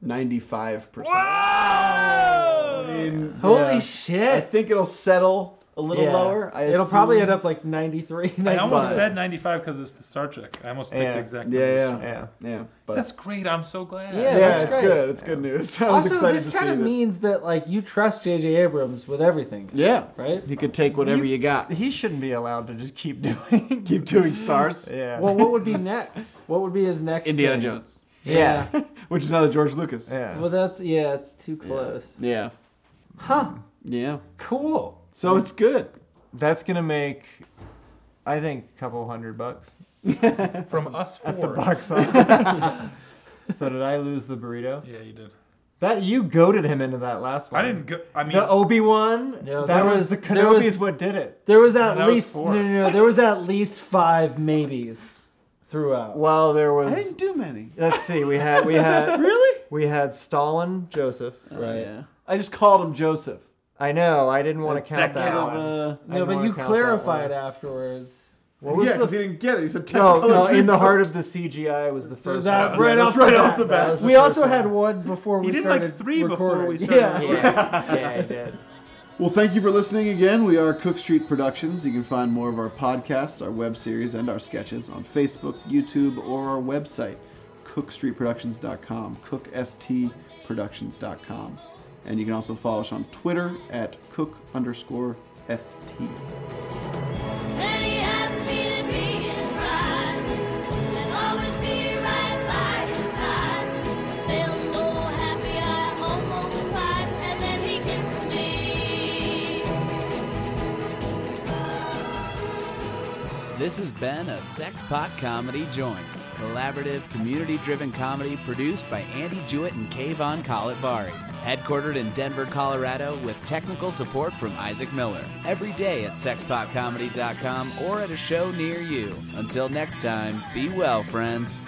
Speaker 6: 95%. I mean,
Speaker 7: Holy
Speaker 6: yeah. I
Speaker 7: shit!
Speaker 6: think it'll settle a little
Speaker 7: Yeah.
Speaker 6: lower. I
Speaker 7: It'll probably
Speaker 6: assume.
Speaker 7: end up like 93.
Speaker 3: I almost
Speaker 6: But-
Speaker 3: said 95 because it's the Star Trek. I almost picked
Speaker 8: Yeah.
Speaker 3: the exact
Speaker 6: Yeah,
Speaker 3: numbers.
Speaker 6: yeah.
Speaker 8: Yeah.
Speaker 6: Yeah, but
Speaker 3: That's great. I'm so glad.
Speaker 7: Yeah.
Speaker 6: yeah,
Speaker 7: that's
Speaker 6: it's
Speaker 7: great.
Speaker 6: good. It's good news. I was
Speaker 7: also,
Speaker 6: excited
Speaker 7: this
Speaker 6: to see
Speaker 7: kind of
Speaker 6: that.
Speaker 7: means that like you trust J.J. Abrams with everything.
Speaker 6: Yeah.
Speaker 7: Right?
Speaker 6: He could take whatever you, got.
Speaker 8: He shouldn't be allowed to just keep doing.
Speaker 6: Keep doing stars.
Speaker 8: yeah.
Speaker 7: Well, what would be next? What would be his next?
Speaker 6: Indiana
Speaker 7: thing?
Speaker 6: Jones.
Speaker 7: Yeah.
Speaker 6: Which is another George Lucas.
Speaker 8: yeah.
Speaker 7: well, that's yeah. It's too close.
Speaker 6: Yeah.
Speaker 7: Huh?
Speaker 6: Yeah.
Speaker 7: Cool.
Speaker 6: So it's good.
Speaker 8: That's gonna make, I think, a couple hundred bucks.
Speaker 3: From us four.
Speaker 8: at the box office. so did I lose the burrito?
Speaker 3: Yeah, you did.
Speaker 8: That you goaded him into that last one.
Speaker 3: I didn't go. I mean,
Speaker 8: the Obi Wan.
Speaker 7: No,
Speaker 8: that
Speaker 7: there was-
Speaker 8: was, the
Speaker 7: there
Speaker 8: Kenobi's
Speaker 7: was-
Speaker 8: what did it.
Speaker 7: There was at
Speaker 3: That was
Speaker 7: least
Speaker 3: four.
Speaker 7: no, no, no. There was at least five maybes throughout.
Speaker 8: Well, there
Speaker 6: I didn't
Speaker 8: was.
Speaker 6: do many.
Speaker 8: Let's see. We had we had
Speaker 6: Really?
Speaker 8: we had Stalin Joseph.
Speaker 7: right.
Speaker 6: Oh, Yeah. I just called him Joseph.
Speaker 8: I know. I didn't want to count that.
Speaker 6: Kind of,
Speaker 8: one.
Speaker 6: uh,
Speaker 8: I
Speaker 7: No,
Speaker 8: didn't
Speaker 7: but
Speaker 8: wanna
Speaker 7: you
Speaker 8: count that
Speaker 7: clarified
Speaker 8: one.
Speaker 7: afterwards.
Speaker 8: What was
Speaker 6: yeah,
Speaker 8: the
Speaker 6: because he didn't get it. He said
Speaker 8: No,
Speaker 6: Technicolor
Speaker 8: no, in the
Speaker 6: Dreamcoat.
Speaker 8: heart of the CGI was the first
Speaker 7: that
Speaker 8: one.
Speaker 7: right
Speaker 8: Yeah,
Speaker 7: off
Speaker 8: that's
Speaker 7: the
Speaker 8: right
Speaker 7: bat.
Speaker 8: off the bat. That's the
Speaker 7: We
Speaker 8: first
Speaker 7: also
Speaker 8: one.
Speaker 7: had one before we
Speaker 3: did, like,
Speaker 7: started
Speaker 3: three before
Speaker 7: recording.
Speaker 3: we started
Speaker 7: Yeah.
Speaker 3: recording.
Speaker 8: Yeah, yeah, I did.
Speaker 6: Well, thank you for listening again. We are Cook Street Productions. You can find more of our podcasts, our web series, and our sketches on Facebook, YouTube, or our website, cookstreetproductions.com, cookstproductions.com. And you can also follow us on Twitter at cook underscore st.
Speaker 5: Then he asked me to be his bride, and always be right by his side. I felt so happy I almost cried, and then he kissed me.
Speaker 1: This has been a Sex Pot Comedy Joint, collaborative, community driven comedy produced by Andy Jewett and Kayvon Kalatvari. Headquartered in Denver, Colorado, with technical support from Isaac Miller. Every day at sexpotcomedy.com or at a show near you. Until next time, be well, friends.